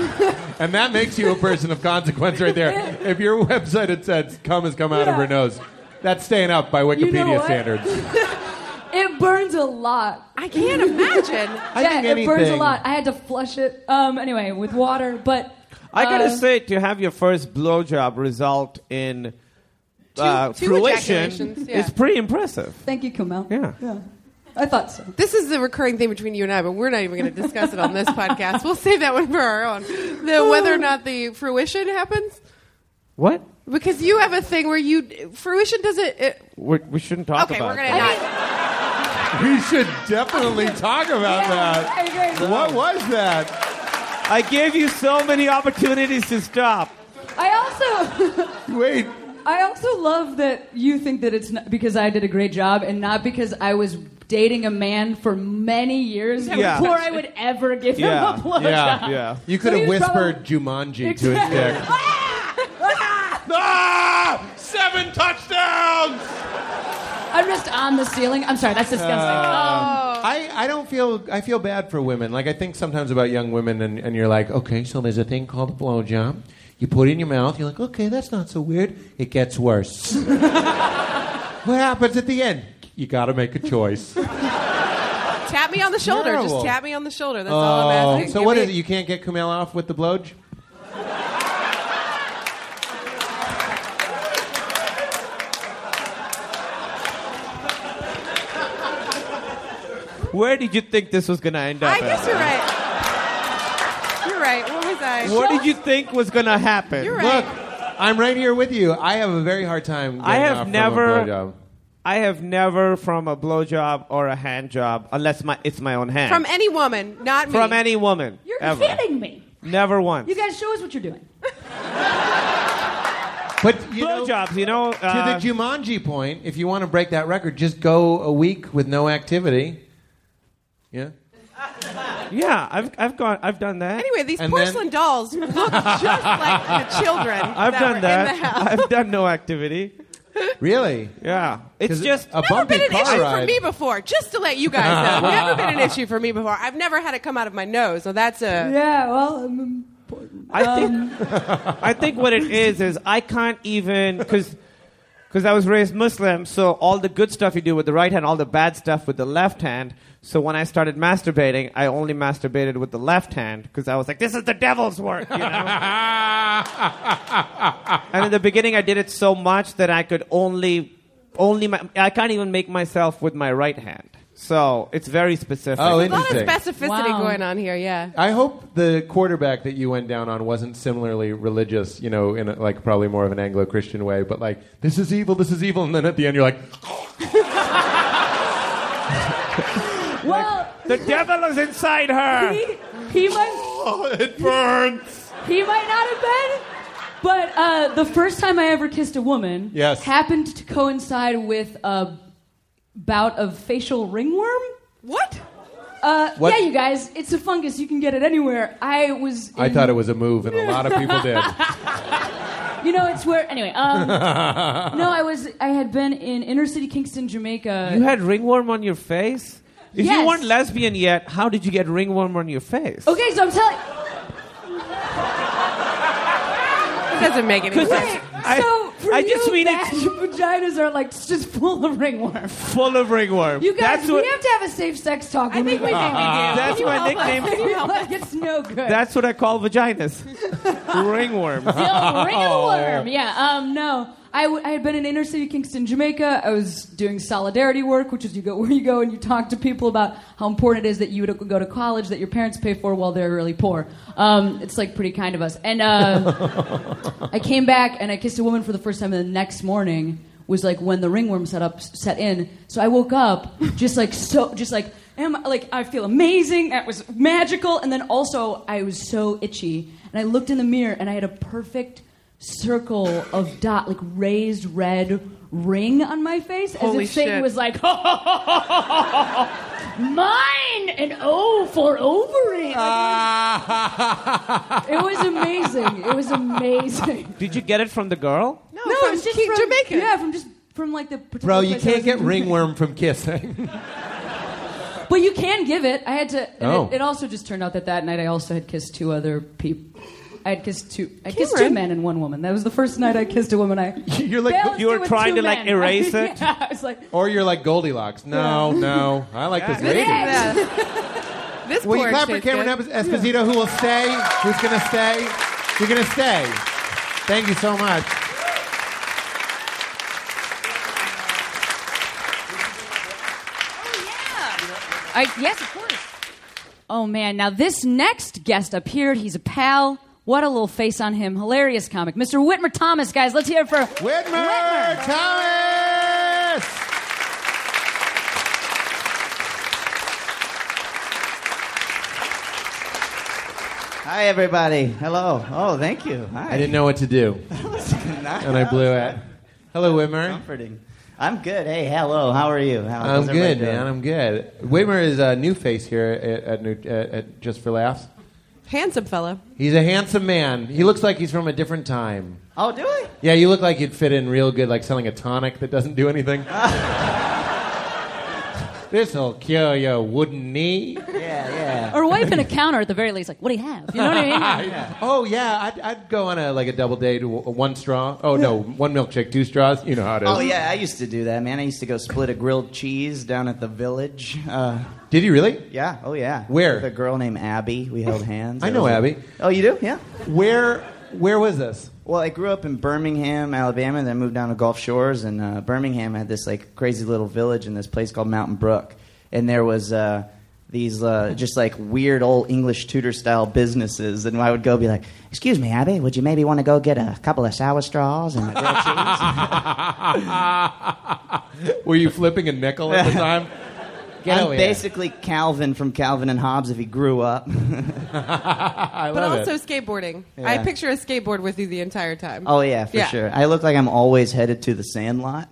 S6: amazing.
S5: And that makes you a person of consequence right there. If your website had said cum has come out of
S9: Yeah.
S5: her nose, that's staying up by Wikipedia
S9: You know what?
S5: standards.
S9: it burns a lot.
S6: I can't imagine.
S5: I
S9: yeah,
S5: think
S9: it burns a
S5: anything-
S9: lot. I had to flush it. Um, anyway, with water, but
S7: I gotta
S9: uh,
S7: say, to have your first blowjob result in uh,
S6: two
S7: fruition
S6: ejaculations, yeah.
S7: is pretty impressive.
S9: Thank you, Kumail.
S7: Yeah.
S9: I thought so.
S6: This is the recurring thing between you and I, but we're not even going to discuss it on this podcast. We'll save that one for our own. The whether or not the fruition happens,
S7: What?
S6: because you have a thing where you fruition doesn't. It,
S7: We're, we should not talk
S6: okay,
S7: about
S6: we're going to
S7: that.
S6: not.
S5: we should definitely talk about that.
S9: I agree.
S5: What was that?
S7: I gave you so many opportunities to stop.
S9: I also,
S5: Wait,
S9: I also love that you think that it's not because I did a great job and not because I was dating a man for many years
S7: Yeah.
S9: before I would ever give
S7: Yeah.
S9: him a blowjob.
S5: Yeah.
S7: Yeah.
S5: you could
S9: So
S5: have
S9: you
S5: whispered Jumanji to his dick. ah! Seven touchdowns!
S9: I'm just on the ceiling. I'm sorry, that's disgusting.
S5: Um, I, I don't feel I feel bad for women. Like I think sometimes about young women, and, and you're like, okay, so there's a thing called a blowjob. You put it in your mouth. You're like, okay, that's not so weird. It gets worse. what happens at the end? You got to make a choice.
S6: Tap me on the shoulder.
S5: Terrible.
S6: Just tap me on the shoulder. That's
S7: Oh.
S6: all I'm asking.
S5: Oh, so
S6: Give
S5: what
S6: me-
S5: is it? You can't get Kumail off with the blowj?
S7: Where did you think this was going to end up?
S6: I guess
S7: at?
S6: you're right. You're right. What was I?
S7: What did you think was going to happen?
S6: You're
S5: Look,
S6: right.
S5: I'm right here with you. I have a very hard time.
S7: I
S5: getting
S7: have
S5: off from a
S7: never-
S5: blowjob.
S7: I have never from a blowjob or a hand job, unless my it's my own hand.
S6: From any woman, not me.
S7: From any woman.
S9: You're
S7: ever.
S9: kidding me.
S7: Never once.
S9: You guys show us what you're doing.
S5: But you know,
S7: blowjobs, you know. Uh,
S5: to the Jumanji point, if you want to break that record, just go a week with no activity. Yeah.
S7: yeah, I've I've gone I've done that.
S6: Anyway, these
S5: And
S6: porcelain
S5: then-
S6: dolls look just like the children.
S7: I've
S6: that were
S7: done
S6: In the house.
S7: that. I've done no activity.
S5: Really?
S7: Yeah, it's
S5: 'Cause
S7: just
S5: a
S6: never
S5: bumpy
S6: been an
S5: car
S6: issue
S5: ride.
S6: for me before. Just to let you guys know, never been an issue for me before. I've never had it come out of my nose, so that's a.
S9: Yeah, well, I'm
S6: Um,
S9: important.
S7: I think I think what it is is I can't even because because I was raised Muslim, so all the good stuff you do with the right hand, all the bad stuff with the left hand. So when I started masturbating, I only masturbated with the left hand because I was like, "This is the devil's work," you know. and in the beginning, I did it so much that I could only only my, I can't even make myself with my right hand. So it's very specific.
S5: Oh,
S6: A lot of
S5: interesting.
S6: specificity
S9: Wow.
S6: going on here, yeah.
S5: I hope the quarterback that you went down on wasn't similarly religious, you know, in a, like probably more of an Anglo-Christian way, but like this is evil, this is evil, and then at the end you're like,
S9: Well,
S7: the devil is inside her.
S9: he, he might.
S5: oh, it burns.
S9: He might not have been. But uh, the first time I ever kissed a woman
S5: Yes.
S9: happened to coincide with a bout of facial ringworm.
S6: What?
S9: Uh,
S5: What-
S9: Yeah, you guys, it's a fungus. You can get it anywhere. I was.
S5: I
S9: in-
S5: thought it was a move, and a lot of people did.
S9: You know, it's where. Anyway, um, no, I was. I had been in inner city Kingston, Jamaica.
S7: You had ringworm on your face? If
S9: Yes.
S7: you weren't lesbian yet, how did you get ringworm on your face?
S9: Okay, so I'm telling. Um,
S6: It doesn't make any sense.
S7: I-
S9: so for
S7: I just
S9: you,
S7: mean
S9: bad
S7: it's-
S9: vaginas are like just full of ringworm.
S7: Full of ringworm.
S9: You guys,
S7: that's
S9: we
S7: what,
S9: have to have a safe sex talk. I think we
S7: That's my nickname.
S9: like it's no good.
S7: That's what I call vaginas. Ringworm.
S9: Yo, ring of the
S7: Oh.
S9: worm. Yeah. Um. No. I, w- I had been in inner city Kingston, Jamaica. I was doing solidarity work, which is you go where you go and you talk to people about how important it is that you would go to college that your parents pay for while they're really poor. Um, it's like pretty kind of us. And uh, I came back and I kissed a woman for the first time. And the next morning was like when the ringworm set up set in. So I woke up just like so, just like am like I feel amazing. That was magical. And then also I was so itchy, and I looked in the mirror and I had a perfect circle of dot like raised red ring on my face
S6: Holy
S9: as if Satan
S6: shit.
S9: was like mine an O for ovary. Like, it was amazing. It was amazing.
S7: Did you get it from the girl?
S6: No,
S9: No,
S6: from
S9: it's just
S6: Ki-
S9: from
S6: Jamaica.
S9: Yeah, from just from like the particular
S5: Bro, you
S9: place I
S5: can't
S9: was
S5: get
S9: in.
S5: ringworm from kissing.
S9: But you can give it. I had to. and
S5: Oh.
S9: it, it also just turned out that that night I also had kissed two other people. I had kissed two. I kissed two
S6: Cameron.
S9: men and one woman. That was the first night I kissed a woman. I
S5: You're like-
S9: balanced
S7: you were
S9: it with
S7: trying
S9: two
S7: to, like,
S9: men.
S7: erase it?
S9: yeah, I was like,
S5: or you're like Goldilocks. No, no. I like this lady.
S6: This
S5: Will you
S6: poor
S5: clap for
S6: chick
S5: Cameron
S6: did.
S5: Esp- Esposito, who will stay? Who's going to stay? You're going to stay. Thank you so much.
S9: I, yes, of course. Oh man! Now this next guest up here, he's a pal. What a little face on him! Hilarious comic, Mr. Whitmer Thomas. Guys, let's hear it for
S5: Whitmer,
S9: Whitmer.
S5: Thomas!
S10: Hi, everybody. Hello. Oh, thank you. Hi.
S5: I didn't know what to do, and I blew it. Hello, Whitmer.
S10: Comforting. I'm good. Hey, hello. Oh, How are you? How,
S5: I'm
S10: how's everybody
S5: good,
S10: doing?
S5: man. I'm good. Whitmer is a new face here at, at, New- at, at Just for Laughs.
S6: Handsome fella.
S5: He's a handsome man. He looks like he's from a different time.
S10: Oh, do I?
S5: Yeah, you look like you'd fit in real good, like selling a tonic that doesn't do anything. This'll cure your wooden knee.
S10: Yeah, yeah.
S9: or wife in a counter at the very least. Like, what do you have? You know what I mean?
S5: Oh yeah, I'd, I'd go on a like a double date, w- one straw. Oh no, one milkshake, two straws. You know how it is.
S10: Oh, yeah. I used to do that, man. I used to go split a grilled cheese down at the village. Uh,
S5: Did you really?
S10: yeah. Oh, yeah.
S5: Where?
S10: With a girl named Abby. We held hands.
S5: I
S10: That
S5: know
S10: was a-
S5: Abby.
S10: Oh, you do? Yeah.
S5: Where where was this?
S10: Well, I grew up in Birmingham, Alabama, and then moved down to Gulf Shores. And uh, Birmingham had this like crazy little village in this place called Mountain Brook, and there was uh, these uh, just like weird old English Tudor style businesses. And I would go be like, "Excuse me, Abby, would you maybe want to go get a couple of sour straws and a grilled cheese?"
S5: Were you flipping a nickel at the time? Get
S10: I'm
S5: over here.
S10: basically Calvin from Calvin and Hobbes if he grew up.
S5: I
S6: But
S5: love
S6: also
S5: it.
S6: skateboarding. I
S10: Yeah.
S6: picture a skateboard with you the entire time.
S10: oh yeah, for
S6: Yeah.
S10: sure. I look like I'm always headed to the Sandlot.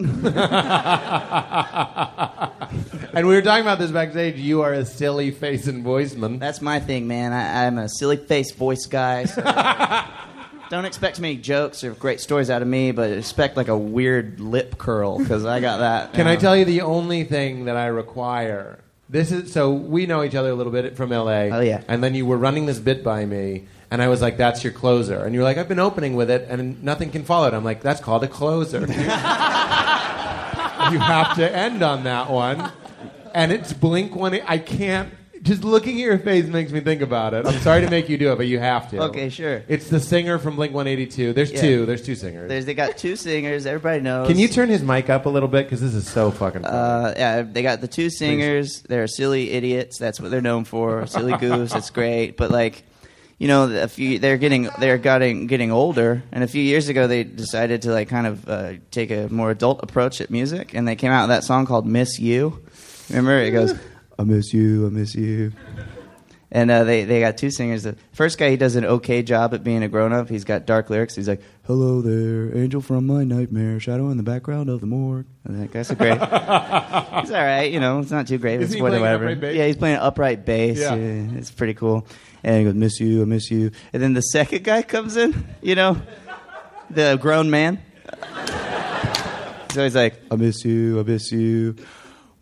S5: And we were talking about this backstage. You are a silly face and voice man.
S10: That's my thing, man. I, I'm a silly face voice guy. So don't expect many jokes or great stories out of me, but expect like a weird lip curl because I got that.
S5: Can I tell you the only thing that I require? This is so we know each other a little bit from LA.
S10: Oh, yeah.
S5: And then you were running this bit by me, and I was like, "That's your closer," and you're like, "I've been opening with it, and nothing can follow it." I'm like, "That's called a closer." you have to end on that one, and it's blink one. e, I can't. Just looking at your face makes me think about it. I'm sorry to make you do it, but you have to.
S10: Okay, sure.
S5: It's the singer from Blink 182. There's
S10: Yeah.
S5: two. There's two singers.
S10: There's, they got two singers. Everybody knows.
S5: Can you turn his mic up a little bit? Because this is so fucking. Funny.
S10: Uh, yeah, they got the two singers. They're silly idiots. That's what they're known for. Silly goose. It's great, but like, you know, a few they're getting they're getting getting older. And a few years ago, they decided to like kind of uh, take a more adult approach at music, and they came out with that song called "Miss You." Remember, it goes, "I miss you, I miss you." And uh, they, they got two singers. The first guy, he does an okay job at being a grown up. He's got dark lyrics. He's like, Hello there, angel from my nightmare, shadow in the background of the morgue. And that guy's so great. He's all right, you know, it's not too great.
S5: Isn't
S10: it's
S5: he
S10: what-
S5: playing an
S10: whatever.
S5: upright bass?
S10: Yeah, he's playing an upright bass.
S5: Yeah.
S10: Yeah. it's pretty cool. And he goes, Miss you, I miss you. And then the second guy comes in, you know, the grown man. So he's like, I miss you, I miss you.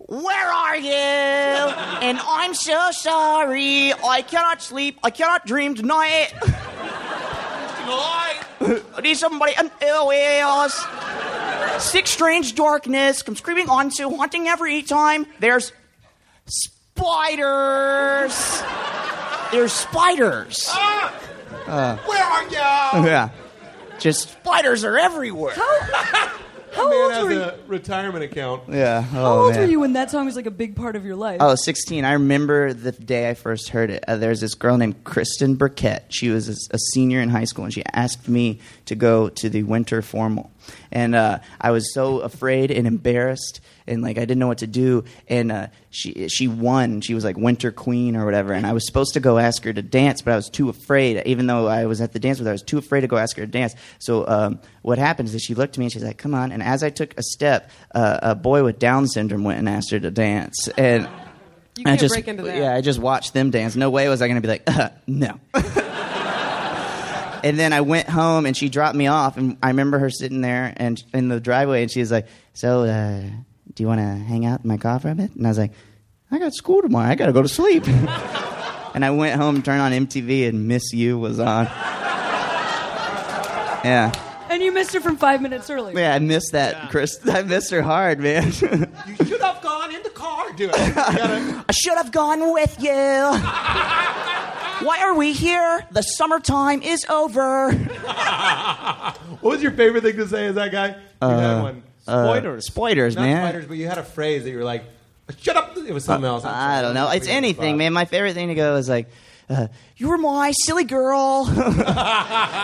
S11: Where are you? and I'm so sorry. I cannot sleep. I cannot dream tonight. I need somebody. I'm LAS. Six strange darkness comes creeping onto, haunting every time. There's spiders. There's spiders.
S10: Uh,
S11: Where are you?
S10: yeah. Just
S11: Spiders are everywhere.
S9: How old
S5: man
S9: were
S5: has
S9: you?
S5: a retirement account.
S10: yeah.
S9: How
S10: oh,
S9: old were
S10: man. Oh,
S9: you when that song was like a big part of your life?
S11: Oh,
S10: I was 16. I remember the day I first heard it. Uh, there was this girl named Kristen Burkett. She was a, a senior in high school, and she asked me to go to the winter formal. And uh, I was so afraid and embarrassed, and like I didn't know what to do. And uh, she she won. She was like winter queen or whatever. And I was supposed to go ask her to dance, but I was too afraid. Even though I was at the dance with her, I was too afraid to go ask her to dance. So um, what happened is that she looked at me and she's like, "Come on!" And as I took a step, uh, a boy with Down syndrome went and asked her to dance. And
S2: You
S10: and
S2: can't
S10: I just,
S2: break into that.
S10: Yeah, I just watched them dance. No way was I going to be like, uh, no. and then I went home and she dropped me off. And I remember her sitting there and in the driveway and she was like, So, uh, do you want to hang out in my car for a bit? And I was like, I got school tomorrow. I got to go to sleep. and I went home, turned on MTV, and Miss You was on. yeah.
S9: and you missed her from five minutes early.
S10: Yeah, I missed that, Chris. I missed her hard, man.
S5: You should have gone in the car, dude. You gotta-
S11: I should have gone with you. Why are we here? The summertime is over.
S5: what was your favorite thing to say as that guy? You had one.
S10: Uh,
S5: Spoilers.
S10: Spoilers,
S5: Not
S10: man.
S5: spiders, but you had a phrase that you were like, shut up. It was something else. I'm
S10: I
S5: sorry.
S10: don't know. It's
S5: Freaking
S10: anything,
S5: thought.
S10: man. My favorite thing to go is like, uh,
S11: You were my silly girl.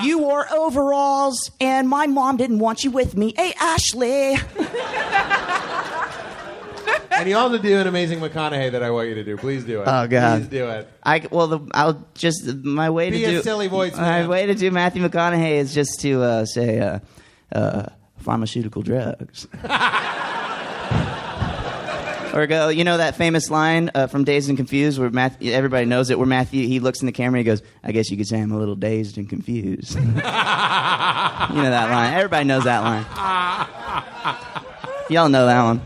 S11: you wore overalls, and my mom didn't want you with me. Hey, Ashley.
S5: And you also do an amazing McConaughey that I want you to do. Please do it.
S10: Oh, God.
S5: Please do it.
S10: I well, the, I'll just my way
S5: Be
S10: to
S5: a
S10: do
S5: silly voice,
S10: My
S5: man.
S10: way to do Matthew McConaughey is just to uh, say uh, uh, pharmaceutical drugs. Or go, you know that famous line uh, from Dazed and Confused, where Matthew, everybody knows it. Where Matthew, he looks in the camera, and he goes, "I guess you could say I'm a little dazed and confused." you know that line. Everybody knows that line. Y'all know that one.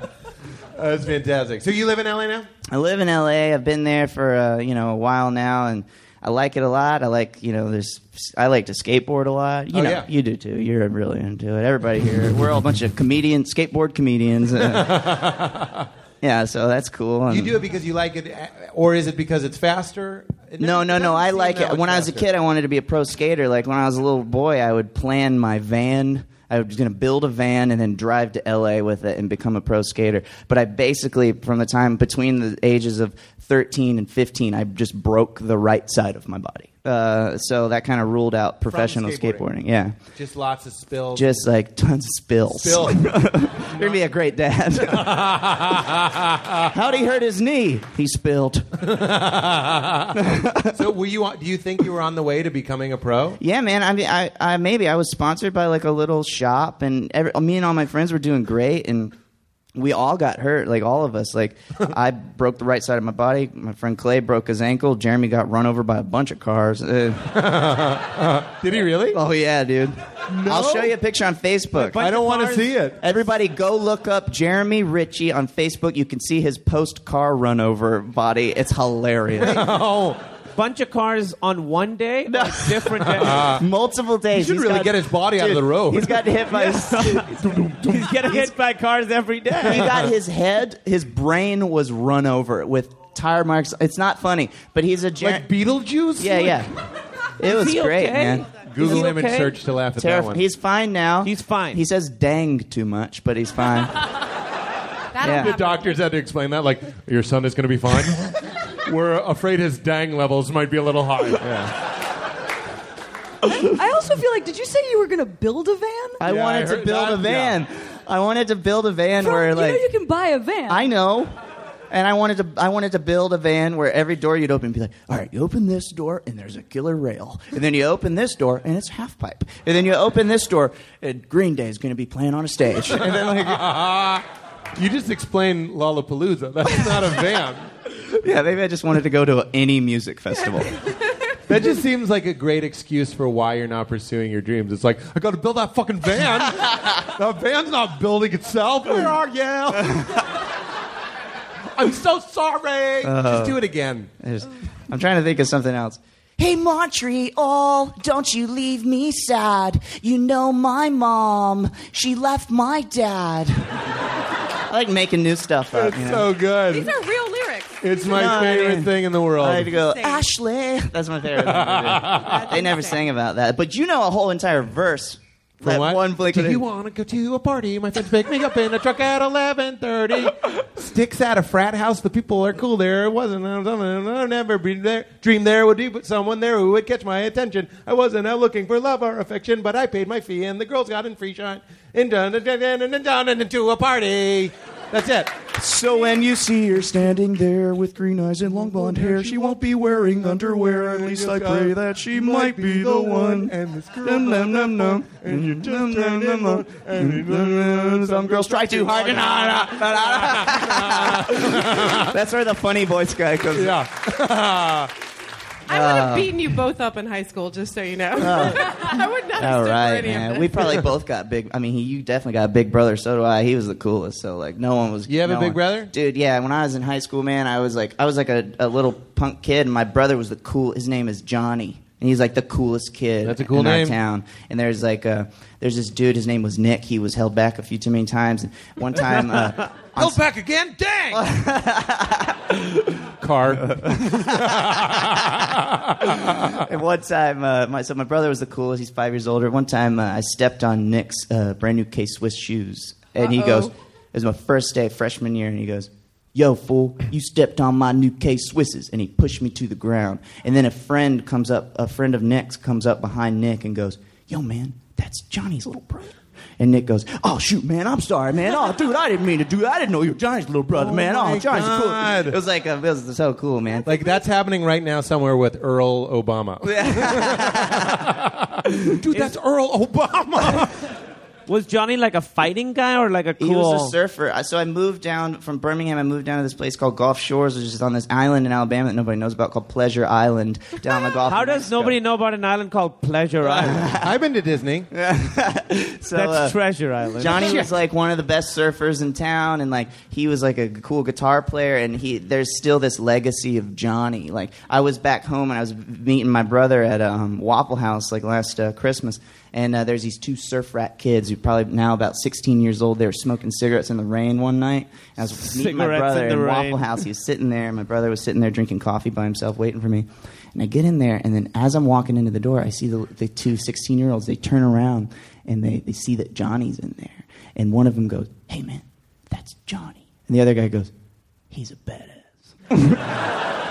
S5: Oh, that's fantastic. So you live in LA now?
S10: I live in LA. I've been there for uh, you know a while now, and I like it a lot. I like you know there's I like to skateboard a lot. You
S5: Oh,
S10: know
S5: yeah.
S10: you do too. You're really into it. Everybody here, we're all a bunch of comedians, skateboard comedians. Uh, yeah, so that's cool.
S5: You
S10: And-
S5: do it because you like it, uh, or is it because it's faster? It
S10: no, no,
S5: never- it
S10: no.
S5: doesn't
S10: I
S5: seem
S10: like
S5: that
S10: it.
S5: much
S10: When I was a
S5: faster.
S10: kid, I wanted to be a pro skater. Like when I was a little boy, I would plan my van. I was going to build a van and then drive to LA with it and become a pro skater. But I basically, from the time between the ages of 13 and 15, I just broke the right side of my body. Uh, so that kind of ruled out professional
S5: skateboarding.
S10: skateboarding. Yeah.
S5: just lots of spills.
S10: Just like tons of spills.
S5: Spill.
S10: You're going to be a great dad. How'd he hurt his knee? He spilled.
S5: so were you? on- Do you think you were on the way to becoming a pro?
S10: Yeah, man. I mean, I, I maybe I was sponsored by like a little shop, and every, me and all my friends were doing great, and we all got hurt, like all of us. Like I broke the right side of my body. My friend Clay broke his ankle. Jeremy got run over by a bunch of cars. Uh,
S5: Did he really?
S10: oh yeah, dude. I'll show you a picture on Facebook.
S5: I don't want to see it.
S10: Everybody, go look up Jeremy Ritchie on Facebook. You can see his post car run over body. It's hilarious.
S7: Bunch of cars on one day, no. different day.
S10: Multiple days.
S5: should
S10: He's
S5: really
S10: got-
S5: get his body out of the road.
S10: He's got hit by.
S7: He's getting hit by cars every
S10: he
S7: day.
S10: got his head, his brain was run over with tire marks. It's not funny, but he's a Jer-
S5: like Beetlejuice.
S10: yeah,
S5: Like-
S10: yeah. It was
S7: he
S10: great,
S7: okay?
S10: man.
S5: Google
S7: Is he
S5: image
S7: okay?
S5: search to laugh at that
S10: Terrifying.
S5: one.
S10: He's fine now.
S7: He's fine.
S10: He says "dang" too much, but he's fine.
S2: That'll
S10: Yeah.
S5: the
S2: happen.
S5: doctors had to explain that. Like your son is going to be fine. we're afraid his dang levels might be a little high.
S9: I also feel like, did you say you were going to build a van?
S10: I
S5: Yeah, I
S10: wanted to
S5: heard
S10: build
S5: that,
S10: a van. I wanted to build a van
S9: Bro,
S10: where
S9: you
S10: like
S9: know you can buy a van.
S10: I know. And I wanted to I wanted to build a van where every door you'd open and be like, all right, you open this door and there's a killer rail. And then you open this door and it's half pipe. And then you open this door and Green Day is gonna be playing on a stage. And then like
S5: You just explained Lollapalooza. That's not a van.
S10: Yeah, maybe I just wanted to go to any music festival.
S5: That just seems like a great excuse for why you're not pursuing your dreams. It's like, I got to build that fucking van. that van's not building itself. Where are you?
S8: I'm so sorry.
S10: Uh,
S8: Just do it again.
S10: I just- I'm trying to think of something else.
S11: Hey Montreal, don't you leave me sad. You know my mom, she left my dad.
S10: I like making new stuff up.
S11: It's
S10: you know?
S11: so
S5: good.
S6: These are real lyrics.
S5: It's
S10: my favorite
S5: thing in the world.
S10: I like to go,
S11: Ashley.
S10: Eh, That's my favorite. thing to do. they never sang about that, but you know a whole entire verse. that one Blink.
S5: Do you want to go to a party? My friends pick me up in a truck at 11:30. Sticks at a frat house. The people are cool there. It wasn't. I don't know, I never be there. Dream there would be but someone there who would catch my attention. I wasn't out looking for love or affection, but I paid my fee and the girls got in free shine. And done and done and done and done and into a party. That's it.
S2: So when you see her standing there with green eyes and long blonde hair, she won't be wearing underwear. At least I pray that she might be the one.
S5: And this girl,
S2: num num num num, and you num num num num, and num. Some girls try too hard and ah, ah, ah,
S10: That's where the funny voice guy comes.
S8: Yeah.
S6: I would have
S10: Uh,
S6: beaten you both up in high school, just so you know.
S10: Oh.
S6: I would not have
S10: All
S6: stood for
S10: right,
S6: any of
S10: man.
S6: this.
S10: We probably both got big. I mean, he, you definitely got a big brother. So do I. He was the coolest. So like, no one was. You
S5: have a big
S10: brother, dude. Yeah. When I was in high school, man, I was like, I was like a, a little punk kid, and my brother was the cool. His name is Johnny, and he's like the coolest kid. That's
S5: a cool
S10: in
S5: name.
S10: Our town. And there's like a there's this dude. His name was Nick. He was held back a few too many times. And one time, uh,
S5: Go back again. Dang.
S10: car. and one time, uh, my, so my brother was the coolest. He's five years older. One time, uh, I stepped on Nick's uh, brand new K Swiss shoes, and he
S2: Uh-oh.
S10: goes, "It was my first day freshman year," and he goes. Yo, fool, you stepped on my new K Swisses. And he pushed me to the ground. And then a friend comes up, a friend of Nick's comes up behind Nick and goes, Yo, man, that's Johnny's little brother. And Nick goes, Oh, shoot, man, I'm sorry, man. Oh, dude, I didn't mean to do that. I didn't know you were Johnny's little brother, man.
S5: my
S10: Oh, Johnny's
S5: God.
S10: cool. It was like, uh, it was so cool, man.
S5: Like that's happening right now somewhere with Earl Obama. Dude, that's Earl Obama.
S7: was Johnny like a fighting guy or like a cool?
S10: He was a surfer. I- So I moved down from Birmingham. I moved down to this place called Gulf Shores, which is on this island in Alabama that nobody knows about called Pleasure Island down the Gulf.
S7: How does nobody know about an island called Pleasure Island?
S5: I've been to Disney.
S10: So,
S7: That's
S10: uh,
S7: Treasure Island.
S10: Johnny was like one of the best surfers in town, and like he was like a cool guitar player. And he there's still this legacy of Johnny. Like I was back home and I was meeting my brother at um, Waffle House like last uh, Christmas, and uh, there's these two surf rat kids who probably now about 16 years old. They were smoking cigarettes in the rain one night. And I was meeting my
S7: Cigarettes
S10: brother
S7: in the
S10: in
S7: rain.
S10: Waffle House. He was sitting there. and My brother was sitting there drinking coffee by himself, waiting for me. And I get in there, and then as I'm walking into the door, I see the, the two 16 year olds. They turn around and they, they see that Johnny's in there. And one of them goes, Hey, man, that's Johnny. And the other guy goes, He's a badass.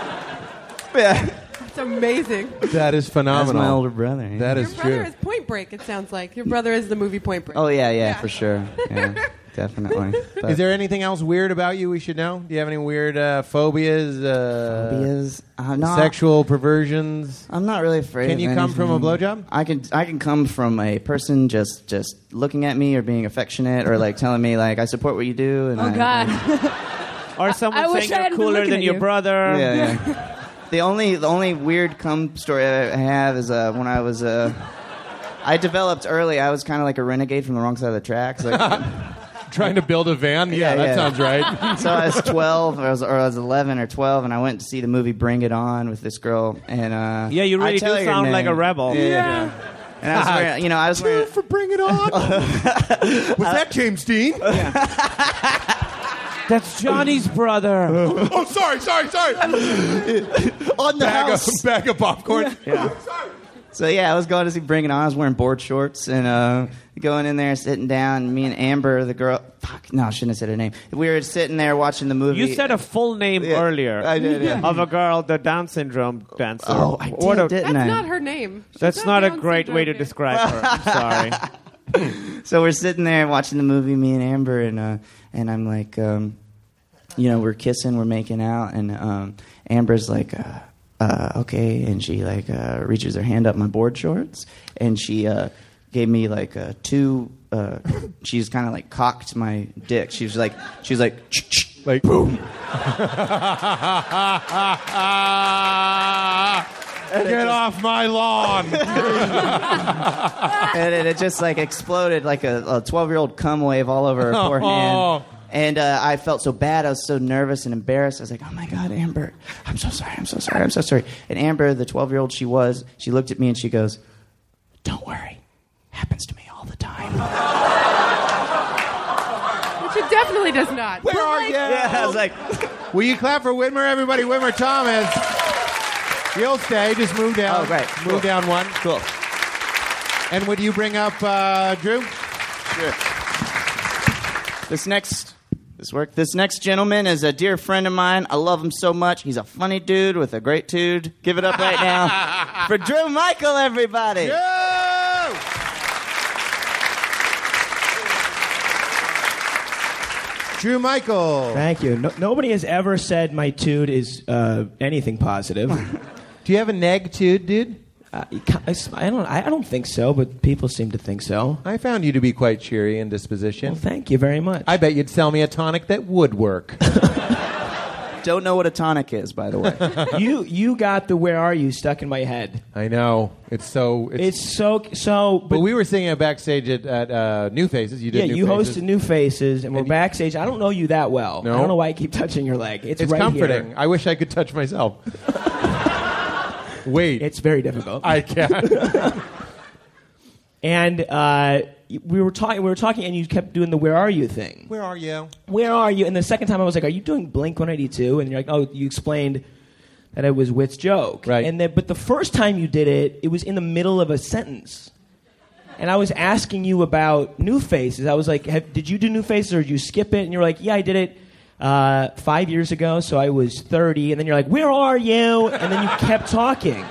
S6: It's amazing.
S5: That is phenomenal.
S10: That's my older brother. yeah.
S5: That
S6: Your
S5: is
S6: brother
S5: true.
S6: is Point Break. It sounds like your brother is the movie Point Break.
S10: Oh, yeah, yeah, for sure. Yeah, definitely. But
S5: Is there anything else weird about you we should know? Do you have any weird uh, phobias? Uh,
S10: Phobias? Uh, no.
S5: Sexual perversions?
S10: I'm not really afraid
S5: Can
S10: of
S5: you come from a
S10: anything.
S5: blowjob?
S10: I can I can come from a person just just looking at me or being affectionate or like telling me like I support what you do and
S9: Oh
S10: I,
S9: God!
S7: or someone
S9: I wish
S7: saying
S9: I
S7: you're
S9: hadn't been
S7: cooler
S9: looking
S7: than
S9: at
S7: your
S9: you.
S7: brother?
S10: Yeah, yeah. the only the only weird cum story I have is uh, when I was uh, I developed early. I was kind of like a renegade from the wrong side of the tracks. Like,
S8: Trying to build a van? Yeah,
S10: Yeah,
S8: that
S10: yeah.
S8: sounds right.
S10: so I was twelve, or I was, or I was eleven or twelve, and I went to see the movie Bring It On with this girl. And uh,
S7: Yeah, you
S10: I
S7: really
S10: tell
S7: do
S10: her your
S7: sound like
S10: name.
S7: a rebel.
S10: Yeah. And I was wearing, you know, I was wearing.
S5: For Bring It On? Was that James Dean?
S7: That's Johnny's brother.
S8: oh, sorry, sorry, sorry.
S10: on the
S8: Bag of, bag of popcorn.
S10: So yeah, I was going to see Bring It On. I was wearing board shorts and uh, going in there, sitting down. Me and Amber, the girl. Fuck, no, I shouldn't have said her name. We were sitting there watching the movie.
S7: You said a full name
S10: Yeah,
S7: earlier
S10: I did, yeah.
S7: of a girl, the Down syndrome dancer.
S10: Oh, I
S7: What
S10: did,
S7: a-
S10: didn't
S6: That's
S10: I?
S6: not her name. She's
S7: That's not a
S6: Down
S7: great way to
S6: syndrome.
S7: describe her. I'm sorry.
S10: So we're sitting there watching the movie, me and Amber, and uh, and I'm like, um, you know, we're kissing, we're making out, and um, Amber's like, uh, uh, okay, and she like uh, reaches her hand up my board shorts, and she uh, gave me like uh, two. Uh, she's kind of like cocked my dick. She was like, she's like,
S8: Like, boom. Get off my lawn.
S10: and it, it just like exploded like a twelve year old cum wave all over her
S8: Oh.
S10: poor hand. And uh, I felt so bad. I was so nervous and embarrassed. I was like, oh my God, Amber, I'm so sorry. I'm so sorry. I'm so sorry. And Amber, the 12 year old she was, she looked at me and she goes, don't worry. Happens to me all the time.
S6: Which it definitely does not. Where are you?
S10: Yeah, I was like,
S5: Will you clap for Whitmer, everybody? Whitmer Thomas. You'll stay. Just move down.
S10: Oh, great.
S5: Move
S10: Cool.
S5: down one. Cool. And would you bring up uh, Drew?
S10: This next this work. This next gentleman is a dear friend of mine. I love him so much. He's a funny dude with a great dude. Give it up right now for Drew Michael, everybody.
S5: Drew Michael.
S12: Thank you. No, nobody has ever said my dude is uh, anything positive.
S5: Do you have a neg tude, dude?
S12: Uh, you ca- I s- I don't. I I don't think so, but people seem to think so.
S5: I found you to be quite cheery in disposition.
S12: Thank you very much.
S5: I bet you'd sell me a tonic that would work.
S10: Don't know what a tonic is, by the way.
S12: you you got the "Where are you?" stuck in my head.
S5: I know. It's so. It's,
S12: It's so so. But,
S5: but we were singing it backstage at, at uh, New Faces. You did.
S12: yeah,
S5: New
S12: you
S5: Faces.
S12: hosted New Faces, and we're
S5: And-
S12: backstage. I don't know you that well.
S5: No.
S12: I don't know why I keep touching your leg. It's,
S5: It's
S12: right
S5: comforting.
S12: Here.
S5: I wish I could touch myself. Wait,
S12: It's very difficult.
S5: I can't.
S12: and uh, we were talking. We were talking, and you kept doing the "Where are you?" thing.
S5: Where are you?
S12: where are you? And the second time I was like, are you doing Blink 182? And you're like, oh, you explained that it was Wit's joke.
S5: Right.
S12: And then, but the first time you did it, it was in the middle of a sentence. And I was asking you about New Faces. I was like, have, did you do New Faces or did you skip it? And you're like, yeah, I did it uh, five years ago, so I was 30. And then you're like, where are you? And then you kept talking.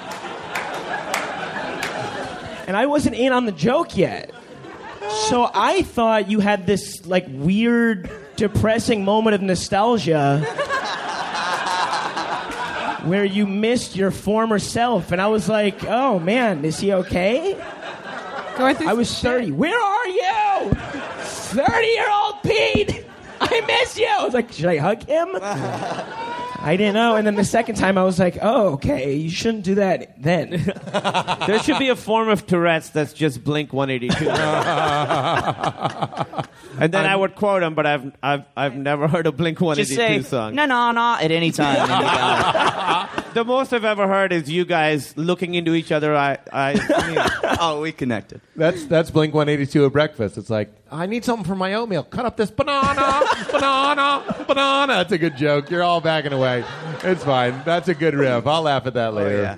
S12: And I wasn't in on the joke yet. So I thought you had this like weird, depressing moment of nostalgia where you missed your former self, and I was like, "Oh man, is he okay?"
S6: Going through
S12: I was thirty. Where are you, thirty-year-old Pete? I miss you. I was like, "Should I hug him?" I didn't know. And then the second time, I was like, "Oh, okay, you shouldn't do that then."
S7: There should be a form of Tourette's that's just Blink 182. and then i would quote him, but I've, I've, I've never heard a Blink
S10: Just
S7: 182
S10: say
S7: song.
S10: no, no, no at any time. And you got it.
S7: The most I've ever heard is you guys looking into each other. I, I,
S10: oh, we connected.
S5: That's that's Blink 182 at breakfast. It's like I need something for my oatmeal. Cut up this banana, banana, banana. That's a good joke. You're all backing away. It's fine. That's a good riff. I'll laugh at
S12: Oh,
S5: that later.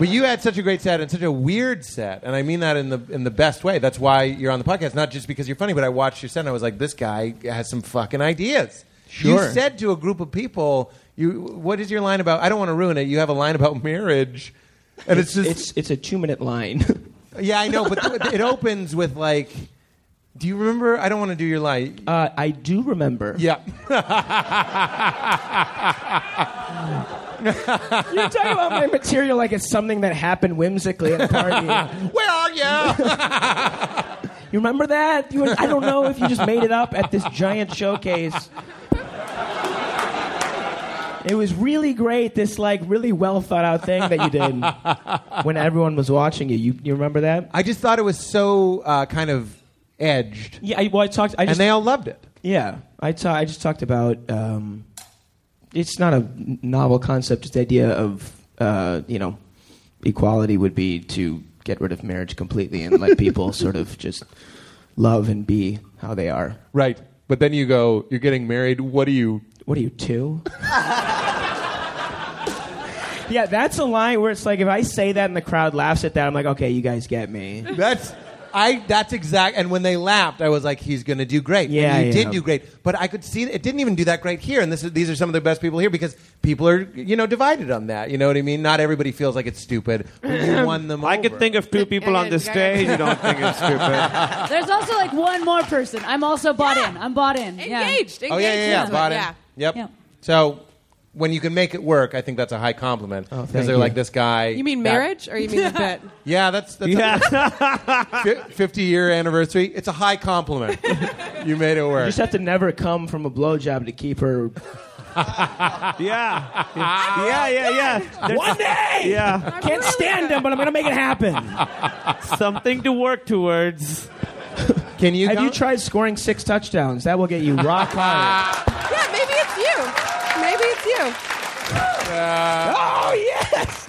S5: But you had such a great set and such a weird set, and I mean that in the in the best way. That's why you're on the podcast, not just because you're funny, but I watched your set and I was like, this guy has some fucking ideas.
S12: Sure.
S5: You said to a group of people, you what is your line about? I don't want to ruin it. You have a line about marriage, and it's, just
S12: it's it's a two-minute line.
S5: yeah, I know, but th- it opens with like, do you remember? I don't want to do your lie.
S12: Uh, I do remember.
S5: Yeah,
S12: You're talking about my material like it's something that happened whimsically at a party.
S5: where are you?
S12: you remember that? You were- I don't know if you just made it up at this giant showcase. It was really great, this like really well thought out thing that you did when everyone was watching you. You, you remember that?
S5: I just thought it was so uh, kind of edged,
S12: Yeah, I, well, I talked. I
S5: and
S12: just
S5: they all loved it.
S12: yeah, I ta- I just talked about. Um, it's not a n- novel concept. Just the idea of uh, you know, equality would be to get rid of marriage completely and let people sort of just love and be how they are.
S5: Right, but then you go, you're getting married. What do you?
S12: What are you two? yeah, that's a line where it's like if I say that and the crowd laughs at that, I'm like, okay, you guys get me.
S5: That's. I that's exact and when they laughed I was like he's going to do great
S12: Yeah,
S5: and you
S12: yeah.
S5: did do great but I could see it didn't even do that great here and this is, these are some of the best people here because people are you know divided on that you know what I mean not everybody feels like it's stupid but you won them
S7: I could
S5: over.
S7: think of two people on the stage who don't think it's stupid.
S9: There's also like one more person. I'm also bought in. I'm bought in. Yeah.
S6: Engaged. Engaged.
S5: Oh yeah, yeah, yeah.
S6: is what-
S5: Bought in.
S6: yeah.
S5: Yep.
S9: Yeah.
S5: So when you can make it work, I think that's a high compliment because
S12: Oh, thank
S5: they're
S12: you.
S5: like this guy.
S6: You mean
S5: that-
S6: marriage, or you mean the bit?
S5: Yeah, that's that's
S7: Yeah.
S5: a fifty year anniversary. It's a high compliment. you made it
S12: You
S5: work.
S12: just have to never come from a blowjob to keep her.
S7: yeah. Yeah, yeah, yeah. There's
S12: One day!
S7: Yeah.
S12: Can't stand him, but I'm gonna make it happen.
S7: something to work towards.
S5: Can you?
S12: Have
S5: count?
S12: you tried scoring six touchdowns? That will get you rock hard.
S6: Yeah, maybe it's you. Maybe it's you.
S12: oh yes.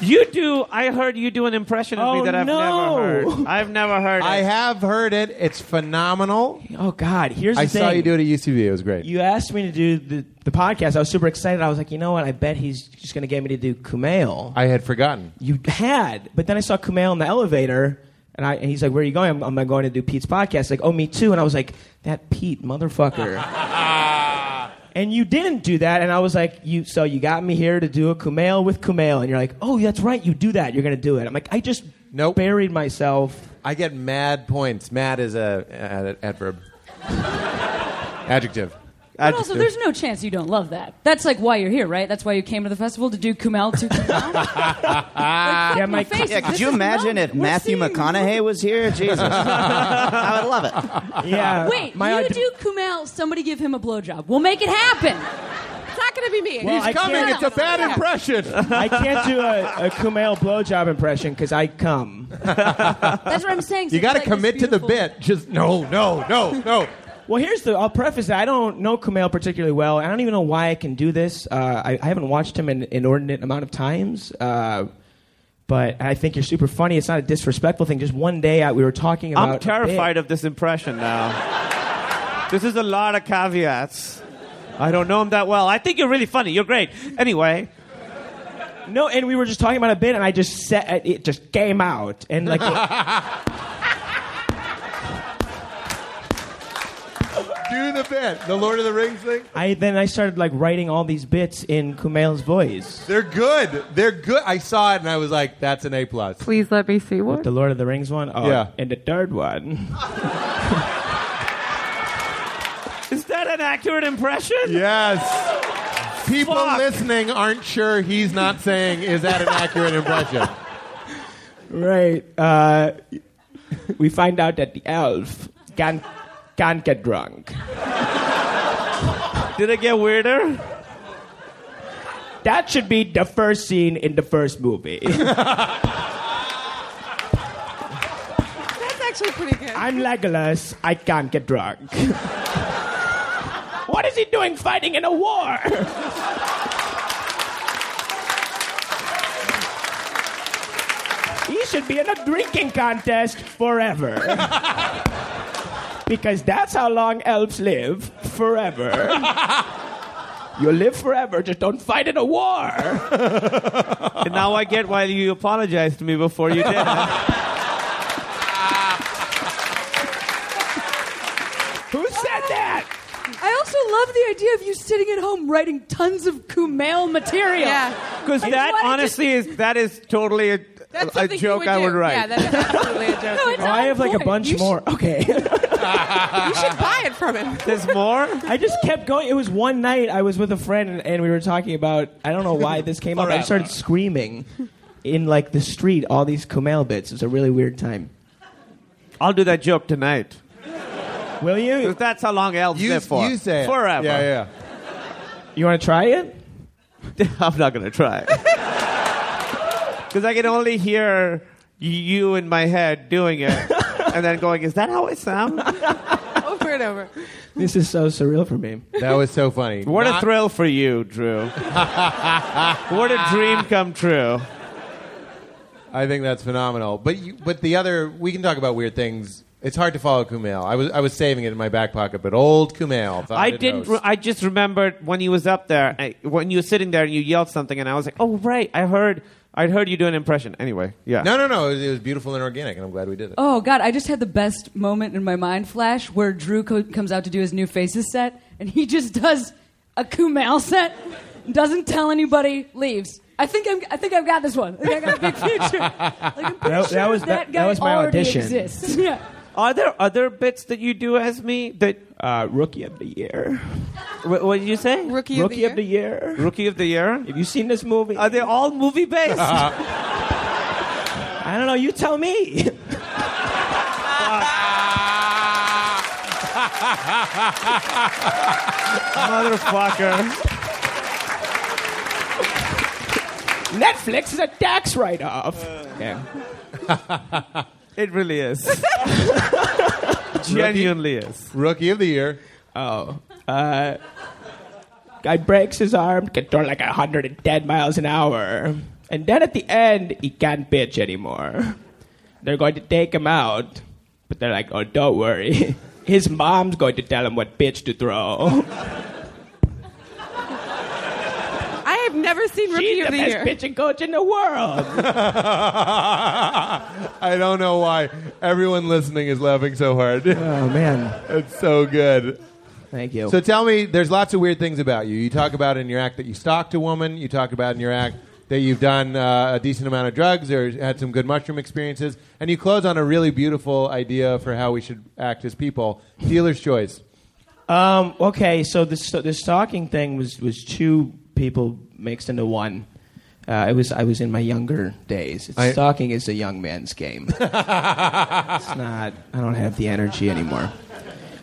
S7: You do. I heard you do an impression of
S12: Oh,
S7: me that I've
S12: no.
S7: never heard. I've never heard.
S5: I
S7: it.
S5: have heard it. It's phenomenal.
S12: Oh God! Here's the
S5: I saw
S12: thing.
S5: you do it at UCB. It was great.
S12: You asked me to do the, the podcast. I was super excited. I was like, you know what? I bet he's just going to get me to do Kumail.
S5: I had forgotten.
S12: You had, but then I saw Kumail in the elevator, and, I, and he's like, "Where are you going?" I'm, I'm going to do Pete's podcast. Like, oh, me too. And I was like, "That Pete motherfucker."
S7: Ah.
S12: and you didn't do that, and I was like, "You so you got me here to do a Kumail with Kumail," and you're like, "Oh, that's right, you do that. You're going to do it." I'm like, I just buried myself.
S5: I get mad points. Mad is a, ad- adverb. Adjective.
S9: But also, there's no chance you don't love that. That's like why you're here, right? That's why you came to the festival to do Kumail to Kumail.
S5: Ah.
S9: Yeah, my face.
S10: Yeah, could you imagine if Matthew McConaughey was here? Jesus, I would love it.
S12: Yeah.
S9: Wait, you do Kumail. Somebody give him a blowjob. We'll make it happen.
S6: It's not going to be me.
S12: Well, He's I coming. can't- It's a
S5: bad impression.
S12: I can't do a, a Kumail blowjob impression because I come.
S9: That's what I'm saying.
S5: You got to commit to the bit. Just no, no, no, no.
S12: Well, here's the. I'll preface that I don't know Kumail particularly well. and I don't even know why I can do this. Uh, I, I haven't watched him an inordinate amount of times. Uh, but I think you're super funny. It's not a disrespectful thing. Just one day I, we were talking about.
S7: I'm terrified of this impression now. this is a lot of caveats. I don't know him that well. I think you're really funny. You're great. Anyway,
S12: No, and we were just talking about a bit, and I just said it just came out, and like.
S5: Do the bit. The Lord of the Rings thing.
S12: I then I started like writing all these bits in Kumail's voice.
S5: They're good. They're good. I saw it and I was like, that's an A plus.
S13: Please let me see one.
S12: The Lord of the Rings one, oh,
S5: Yeah.
S12: and the third one.
S7: is that an accurate impression?
S5: Yes. People
S7: Fuck.
S5: listening aren't sure he's not saying, is that an accurate impression?
S12: Right. Uh, we find out that the elf can't, can't get drunk.
S7: Did it get weirder?
S12: That should be the first scene in the first movie.
S6: That's actually pretty good.
S12: I'm Legolas. I can't get drunk. what is he doing fighting in a war? he should be in a drinking contest forever. because that's how long elves live forever. you live forever, just don't fight in a war.
S7: And now I get why you apologized to me before you did.
S12: Who said that?
S9: Oh. I also love the idea of you sitting at home writing tons of Kumail material.
S6: Yeah.
S7: Because
S9: Like,
S7: that
S9: why did you-
S7: honestly is that is totally a,
S6: That's
S7: a
S6: something you
S7: joke
S6: would
S7: I
S6: do.
S7: would write.
S6: Yeah, that's absolutely a joke.
S9: No, it's
S12: Oh, I have like a bunch more. Okay.
S6: you should buy it from him.
S7: There's more.
S12: I just kept going. It was one night I was with a friend and, and we were talking about I don't know why this came up. I started screaming in like the street all these Kumail bits. It was a really weird time.
S7: I'll do that joke tonight.
S12: Will you?
S7: 'Cause that's how long elves
S5: You,
S7: live for.
S5: you say it.
S7: forever.
S5: Yeah, yeah.
S12: You want to try it?
S7: I'm not gonna try. Because I can only hear you in my head doing it, and then going, "Is that how it sounds?"
S6: Over and over.
S12: This is so surreal for me.
S5: That was so funny.
S7: What a
S5: Not-
S7: thrill for you, Drew. what a dream come true.
S5: I think that's phenomenal. But you, but the other, we can talk about weird things. It's hard to follow Kumail. I was I was saving it in my back pocket, but old Kumail.
S7: I didn't. Re- I just remembered when he was up there, I, when you were sitting there and you yelled something, and I was like, "Oh right, I heard, I heard you do an impression." Anyway, yeah.
S5: no, no, no. It was, it was beautiful and organic, and I'm glad we did it.
S9: Oh God! I just had the best moment in my mind flash where Drew co- comes out to do his new faces set, and he just does a Kumail set, doesn't tell anybody, leaves. I think I'm, I think I've got this one. I think I got a big future. Like I'm pretty
S12: That-
S9: sure
S12: that
S9: that,
S12: was- that-
S9: guy
S12: that was my
S9: already
S12: audition.
S9: exists. Yeah.
S7: Are there other bits that you do as me? That
S12: Uh, rookie of the year.
S7: wh- what did you say?
S6: Rookie, of the
S12: Rookie
S6: year.
S12: of the year.
S7: Rookie of the year?
S12: Have you seen this movie?
S7: Are they all movie based?
S12: I don't know. You tell me.
S7: Motherfucker.
S12: Netflix is a tax write-off. Okay.
S7: It really is. Genuinely is.
S5: Rookie of the year.
S12: Oh. Uh, guy breaks his arm, can throw like 110 miles an hour. And then at the end, he can't pitch anymore. They're going to take him out, but they're like, oh, don't worry. His mom's going to tell him what pitch to throw.
S6: I have never seen Rookie
S12: She's
S6: of
S12: the
S6: the
S12: best
S6: Year.
S12: pitching coach in the world.
S5: I don't know why everyone listening is laughing so hard. Oh man, it's so good.
S12: Thank you.
S5: So tell me, there's lots of weird things about you. You talk about in your act that you stalked a woman. You talk about in your act that you've done uh, a decent amount of drugs or had some good mushroom experiences, and you close on a really beautiful idea for how we should act as people. Dealer's choice.
S12: Um, okay, so the st- the stalking thing was was two people mixed into one. Uh, it was I was in my younger days. It's,
S2: I-
S12: stalking is a young man's game. it's not. I don't have the energy anymore.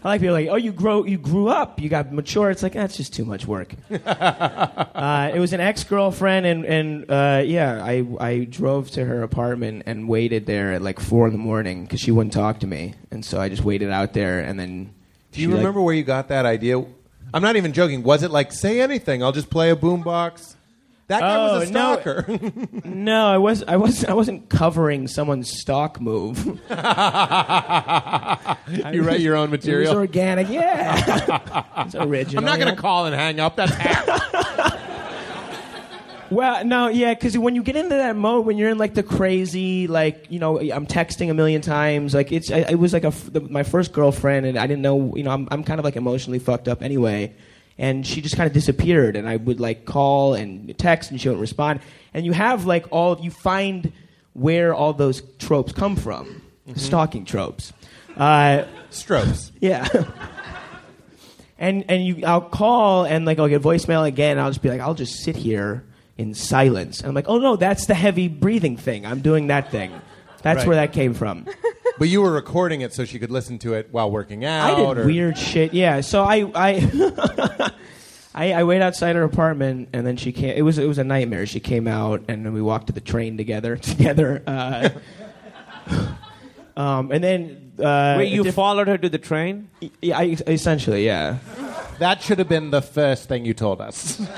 S12: I like people like, oh, you grow, you grew up, you got mature. It's like that's just too much work. uh, it was an ex girlfriend, and and uh, yeah, I I drove to her apartment and waited there at like four in the morning because she wouldn't talk to me, and so I just waited out there, and then.
S5: Do you
S12: she, like,
S5: remember where you got that idea? I'm not even joking. Was it like say anything? I'll just play a boombox. That guy was a
S12: Oh, no.
S5: stalker.
S12: No, I was I was I wasn't covering someone's stock move.
S5: you write your own material.
S12: It was organic, yeah. it's original.
S5: I'm not
S12: you
S5: going
S12: know?
S5: to call and hang up. That's
S12: Well, no, yeah, because when you get into that mode, when you're in like the crazy, like you know, I'm texting a million times. Like it's, I, it was like a f the, my first girlfriend, and I didn't know, you know, I'm I'm kind of like emotionally fucked up anyway, and she just kind of disappeared, and I would like call and text, and she wouldn't respond, and you have like all you find where all those tropes come from, stalking tropes, uh,
S5: strokes,
S12: yeah. and and you I'll call and like I'll get voicemail again. I'll just be like, I'll just sit here in silence. And I'm like, oh no, that's the heavy breathing thing. I'm doing that thing. That's
S5: Right.
S12: where that came from.
S5: But you were recording it so she could listen to it while working out.
S12: I did
S5: or-
S12: weird shit. Yeah. So I I, I I wait outside her apartment and then she came. It was it was a nightmare. She came out and then we walked to the train together together. Uh, um, and then uh,
S7: Wait, you
S12: followed her to the train? Yeah, I, essentially, yeah.
S5: That should have been the first thing you told us.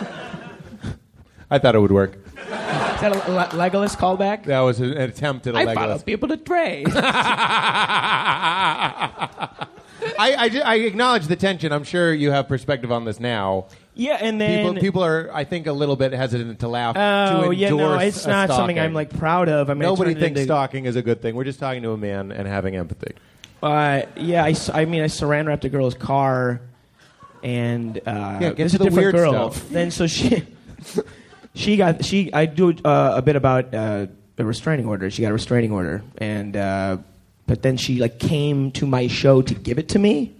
S5: I thought it would work.
S12: Is that a Le- Legolas callback?
S5: That was an attempt at a
S12: I
S5: Legolas.
S12: follow people to train.
S5: I, I, ju- I acknowledge the tension. I'm sure you have perspective on this now.
S12: Yeah, and then
S5: people, people are, I think, a little bit hesitant to laugh. to
S12: Oh yeah, no,
S5: endorse
S12: it's
S5: a
S12: not
S5: stalking.
S12: something I'm like proud of. I mean, I
S5: Nobody
S12: turned it
S5: thinks
S12: into-
S5: stalking is a good thing. We're just talking to a man and having empathy.
S12: Uh, yeah, I, s- I mean, I saran wrapped a girl's car, and uh,
S5: Yeah, get
S12: this
S5: to
S12: is
S5: the
S12: a different
S5: weird
S12: girl.
S5: stuff.
S12: Then so she, she got she. I do uh, a bit about uh, a restraining order. She got a restraining order, and uh, but then she like came to my show to give it to me.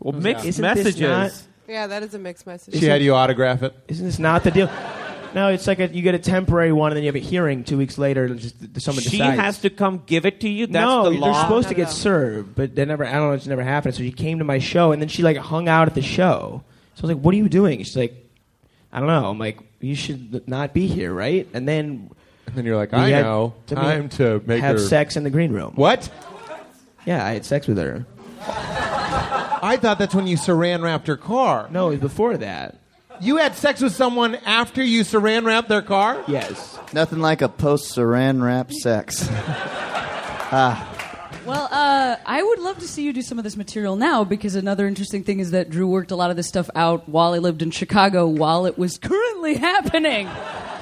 S12: Well,
S7: mixed messages.
S6: Yeah, that is a mixed message.
S5: autograph it.
S12: Isn't this not the deal? No, it's like a, you get a temporary one, and then you have a hearing two weeks later. And just someone
S7: She
S12: decides.
S7: has to come give it to you. That's
S12: no,
S7: the
S12: they're
S7: law.
S12: supposed to get served, but they never. I don't know. It's never happened. So she came to my show, and then she like hung out at the show. So I was like, "What are you doing?" She's like, "I don't know." I'm like, "You should not be here, right?" And then,
S5: and then you're like,
S12: we
S5: I
S12: had-
S5: know.
S12: then we
S5: Time to make
S12: have
S5: her-
S12: sex in the green room.
S5: What?
S12: Yeah, I had sex with her.
S5: I thought that's when you saran wrapped her car.
S12: No, it was before that.
S5: You had sex with someone after you saran wrapped their car?
S12: Yes.
S10: Nothing like a post saran wrap sex. ah,
S9: Well, uh, I would love to see you do some of this material now because another interesting thing is that Drew worked a lot of this stuff out while he lived in Chicago while it was currently happening.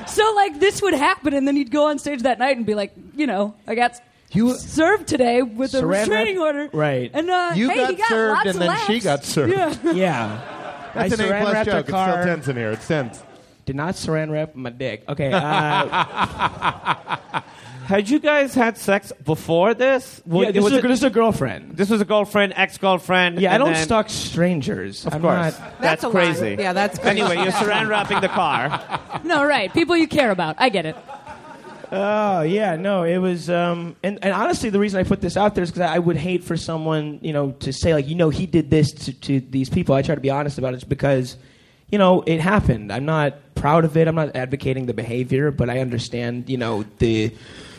S9: So, like, this would happen, and then he'd go on stage that night and be like, you know, I got served today with a
S12: Saran wrap-
S9: restraining order.
S12: Right.
S9: And, uh,
S12: You
S9: hey,
S12: got
S9: he got
S5: served
S9: lots
S5: and
S9: of
S5: then
S9: laughs.
S5: she got served.
S9: Yeah.
S12: Yeah,
S5: That's
S12: I
S5: an A
S12: saran
S5: plus
S12: wrapped
S5: joke.
S12: her
S5: It's still
S12: car.
S5: tense in here. It's tense.
S12: Did not saran wrap my dick. Okay. Uh,
S7: Had you guys had sex before this?
S12: yeah, this,
S7: was
S12: is a,
S7: it-
S12: this is a girlfriend.
S7: this was a girlfriend, ex-girlfriend.
S12: Yeah, I
S7: and
S12: don't
S7: then-
S12: stalk strangers.
S7: Of
S12: I'm not-
S7: course, that's,
S9: That's a lie.
S7: crazy.
S9: Yeah, that's crazy.
S7: Anyway, you're saran wrapping the car.
S9: No, right. People you care about. I get it.
S12: Oh yeah, no, it was, um, and and honestly, the reason I put this out there is because I would hate for someone, you know, to say like, you know, he did this to, to these people. I try to be honest about it just because, you know, it happened. I'm not proud of it. I'm not advocating the behavior, but I understand, you know, the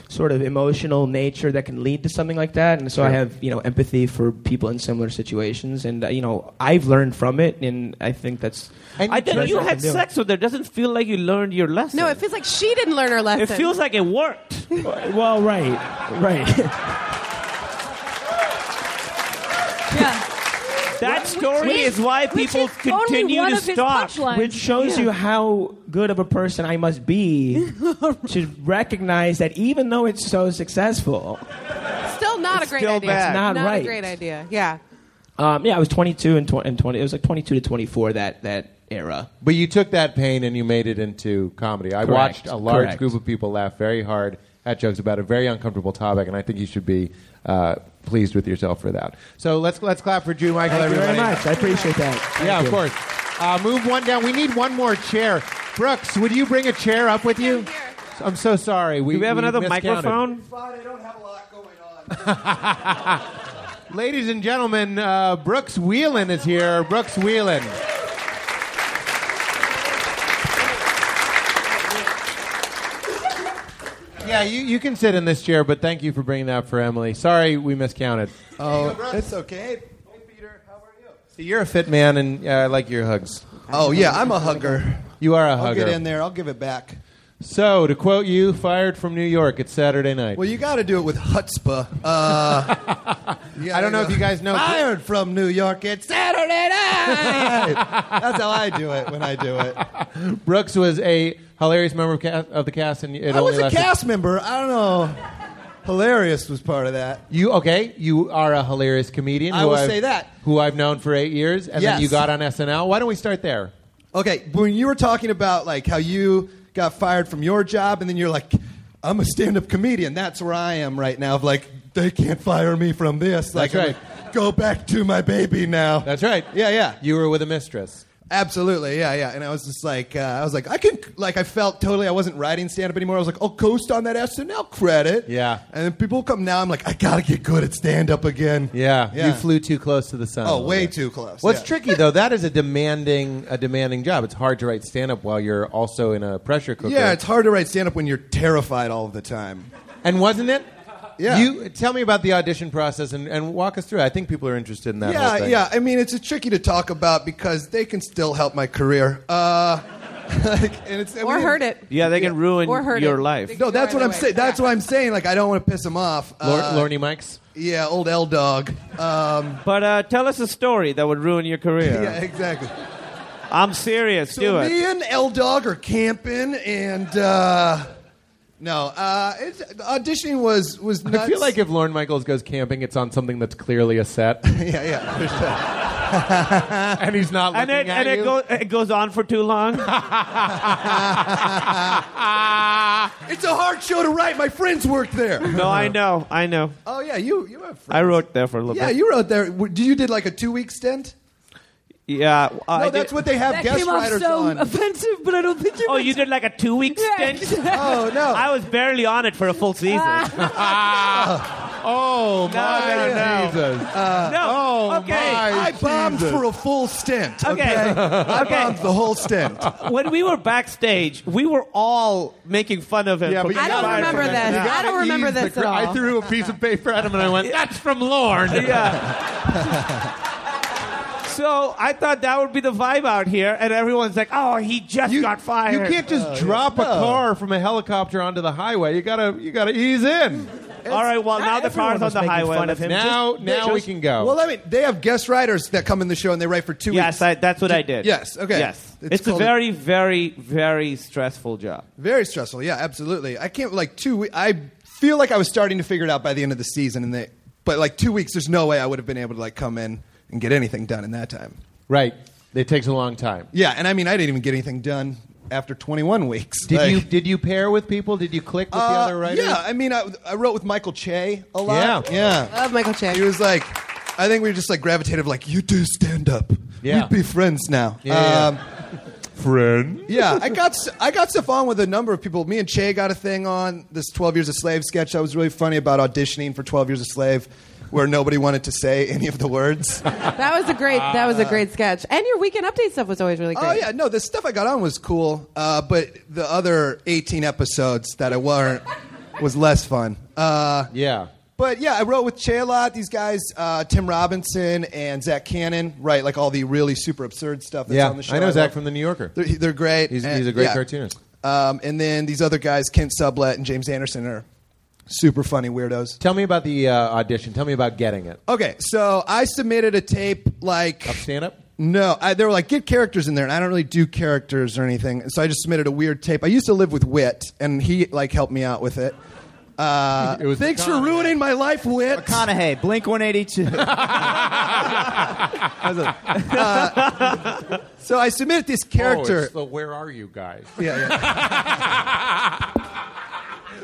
S12: sort of emotional nature that can lead to something like that. And so I
S13: Sure.
S12: have you know empathy for people in similar situations, and uh, you know I've learned from it, and I think that's.
S7: I don't,
S12: that's
S7: you
S12: what I
S7: had
S12: can do.
S7: sex with her. Doesn't feel like you learned your lesson.
S6: No, it feels like she didn't learn her lesson.
S7: It feels like it worked.
S12: well, right, right.
S7: That story is why people continue to stop.
S12: which shows you how good of a person I must be to recognize that even though it's so successful.
S6: Still not a great
S12: still
S6: idea.
S12: bad. It's not
S6: a
S12: right.
S6: great idea. Yeah.
S12: Um, yeah, I was 22 and 20, and 20. It was like 22 to 24 that that era.
S5: But you took that pain and you made it into comedy. I
S12: Correct.
S5: watched a large
S12: Correct.
S5: group of people laugh very hard at jokes about a very uncomfortable topic, and I think you should be uh, pleased with yourself for that. So let's let's clap for Drew Michael.
S12: Thank you
S5: everybody.
S12: very much. I appreciate that.
S5: yeah,
S12: Thank
S5: of
S12: you.
S5: course. Uh, move one down. We need one more chair. Brooks, would you bring a chair up with you? I'm so sorry. We,
S7: Do we have another
S5: miscounted.
S7: microphone?
S5: Ladies and gentlemen, uh, Brooks Wheelan is here. Brooks Wheelan. Yeah, you, you can sit in this chair, but thank you for bringing that for Emily. Sorry we miscounted.
S14: Oh, it's okay.
S5: So you're a fit man, and uh, I like your hugs.
S14: Oh, yeah, I'm a hugger.
S5: You are a
S14: I'll
S5: hugger.
S14: get in there. I'll give it back.
S5: So, to quote you, fired from New York, it's Saturday night.
S14: Well, you got to do it with chutzpah. Uh,
S5: I don't know if you guys know.
S14: Fired from New York. It's Saturday night. That's how I do it when I do it.
S5: Brooks was a hilarious member of, ca- of the cast, and it
S14: I
S5: only
S14: was a
S5: lasted-
S14: cast member. I don't know. Hilarious was part of that.
S5: You okay? You are a hilarious comedian.
S14: I
S5: who
S14: will
S5: I've-
S14: say that.
S5: Who I've known for eight years, and then
S14: Yes.
S5: you got on SNL. Why don't we start there?
S14: Okay, when you were talking about like how you got fired from your job, and then you're like, "I'm a stand-up comedian." That's where I am right now. Of like, they can't fire me from this. Like,
S5: That's
S14: I'm
S5: right.
S14: like, Go back to my baby now.
S5: That's right.
S14: Yeah, yeah.
S5: You were with a mistress.
S14: Absolutely, yeah, yeah. And I was just like, uh, I was like, I can, like, I felt totally I wasn't writing stand-up anymore. I was like, I'll coast on that SNL credit.
S5: Yeah.
S14: And then people come now. I'm like, I gotta get good at stand-up again.
S5: Yeah,
S14: Yeah.
S5: you flew too close to the sun. a
S14: Oh,
S5: little
S14: way
S5: bit.
S14: too close,
S5: Well, it's
S14: yeah.
S5: tricky though. That is a demanding, a demanding job. It's hard to write stand up while you're also in a pressure cooker.
S14: Yeah, it's hard to write stand-up when you're terrified all the time.
S5: and wasn't it?
S14: Yeah.
S5: You tell me about the audition process and, and walk us through. it. I think people are interested in that.
S14: yeah,
S5: whole thing.
S14: yeah. I mean, it's a tricky to talk about because they can still help my career. Uh, like, and it's,
S6: Or hurt it.
S7: Yeah, they can ruin
S6: Or hurt
S7: your
S6: it.
S7: life.
S14: No, that's what I'm saying. That's what I'm saying. Like, I don't want to piss them off.
S7: Lor-
S14: Uh,
S5: Lorne Mikes.
S14: Yeah, old L dog. Um,
S7: But uh, tell us a story that would ruin your career.
S14: yeah, exactly.
S7: I'm serious.
S14: So
S7: Do
S14: me
S7: it.
S14: and L Dog are camping, and uh, no, uh, it's, auditioning was was. Nuts.
S5: I feel like if Lauren Michaels goes camping, it's on something that's clearly a set.
S14: yeah, yeah. for sure.
S5: and he's not
S7: And
S5: looking
S7: it,
S5: at
S7: and
S5: you.
S7: it, go, it goes on for too long.
S14: it's a hard show to write. My friends work there.
S7: no, I know. I know.
S14: Oh yeah, you you have.
S7: I wrote there for a little
S14: Yeah,
S7: bit.
S14: you wrote there. Do you did like a two week stint?
S7: Yeah. I
S14: no,
S7: did-
S14: that's what they have guest writers on.
S9: offensive, but I don't think you.
S7: Oh, you did like a two week stint?
S14: Oh no!
S7: I was barely on it for a full season.
S5: oh,
S7: no, no, no.
S5: Jesus.
S7: No, okay.
S14: I bombed for a full stint. Oh, Okay,
S7: Okay.
S14: I
S7: Okay.
S14: bombed the whole stint.
S7: when we were backstage, we were all making fun of him.
S5: Yeah,
S7: for
S5: but you
S7: being
S5: gotta-
S7: fired from
S5: you
S7: SNL.
S5: gotta
S6: I don't remember
S5: ease the
S6: this
S5: cri-
S6: at all.
S5: I threw a piece of paper at him and I went, "That's from Lorne."
S7: Yeah. So I thought that would be the vibe out here, and everyone's like, "Oh, he just got
S5: You
S7: fired."
S5: can't
S14: Uh,
S6: Oh,
S5: just drop a car from a helicopter onto the highway. You gotta, you gotta ease in.
S7: All right. Well, now the car's on the highway. Let's-
S5: Now, now we can go.
S14: Well, I mean, they have guest writers that come in the show and they write for two
S7: Yes,
S14: weeks.
S7: I, that's what I did.
S14: Yes, okay.
S7: Yes,
S14: It's
S7: it's, a
S14: called-
S7: very, very, very stressful job.
S14: Very stressful. Yeah, absolutely. I can't like two. We- I feel like I was starting to figure it out by the end of the season, and they. But like two weeks, there's no way I would have been able to like come in and get anything done in that time.
S5: right. It takes a long time.
S14: Yeah, and I mean, I didn't even get anything done after 21 weeks.
S5: Did
S14: Like-
S5: you did you pair with people? Did you click with the
S14: Uh,
S5: other writers?
S14: Yeah, I mean, I, I wrote with Michael Che a lot.
S5: Yeah.
S14: yeah.
S6: Love Michael Che.
S14: He was like, I think we just like gravitated like you do stand up.
S5: Yeah.
S14: We'd be friends now.
S5: Yeah, yeah,
S14: Um,
S5: friend.
S14: yeah, I got s- I got stuff on with a number of people. Me and Che got a thing on this Twelve Years a Slave sketch that was really funny about auditioning for Twelve Years a Slave, where nobody wanted to say any of the words.
S6: That was a great. That was a great sketch. And your weekend update stuff was always really great.
S14: Oh yeah, no, the stuff I got on was cool, uh, but the other eighteen episodes that I weren't was less fun. Uh,
S5: yeah.
S14: But yeah, I wrote with Che a lot. These guys, uh, Tim Robinson and Zach Cannon, write like all the really super absurd stuff that's
S5: Yeah,
S14: on the show.
S5: I know Zach
S14: love-
S5: from The New Yorker.
S14: They're, they're great.
S5: He's-
S14: and-
S5: he's a great
S14: yeah.
S5: cartoonist.
S14: Um, and then these other guys, Kent Sublett and James Anderson, are super funny weirdos.
S5: Tell me about the uh, audition. Tell me about getting it.
S14: Okay, so I submitted a tape like of
S5: stand up.
S14: No, I, they were like get characters in there, and I don't really do characters or anything. So I just submitted a weird tape. I used to live with Wit, and he like helped me out with it. Uh,
S10: It was
S14: thanks for ruining my life, Wit.
S10: McConaughey, Blink 182.
S14: Uh, so I submitted this
S8: Oh,
S14: character.
S8: it's the where are you guys?
S14: Yeah,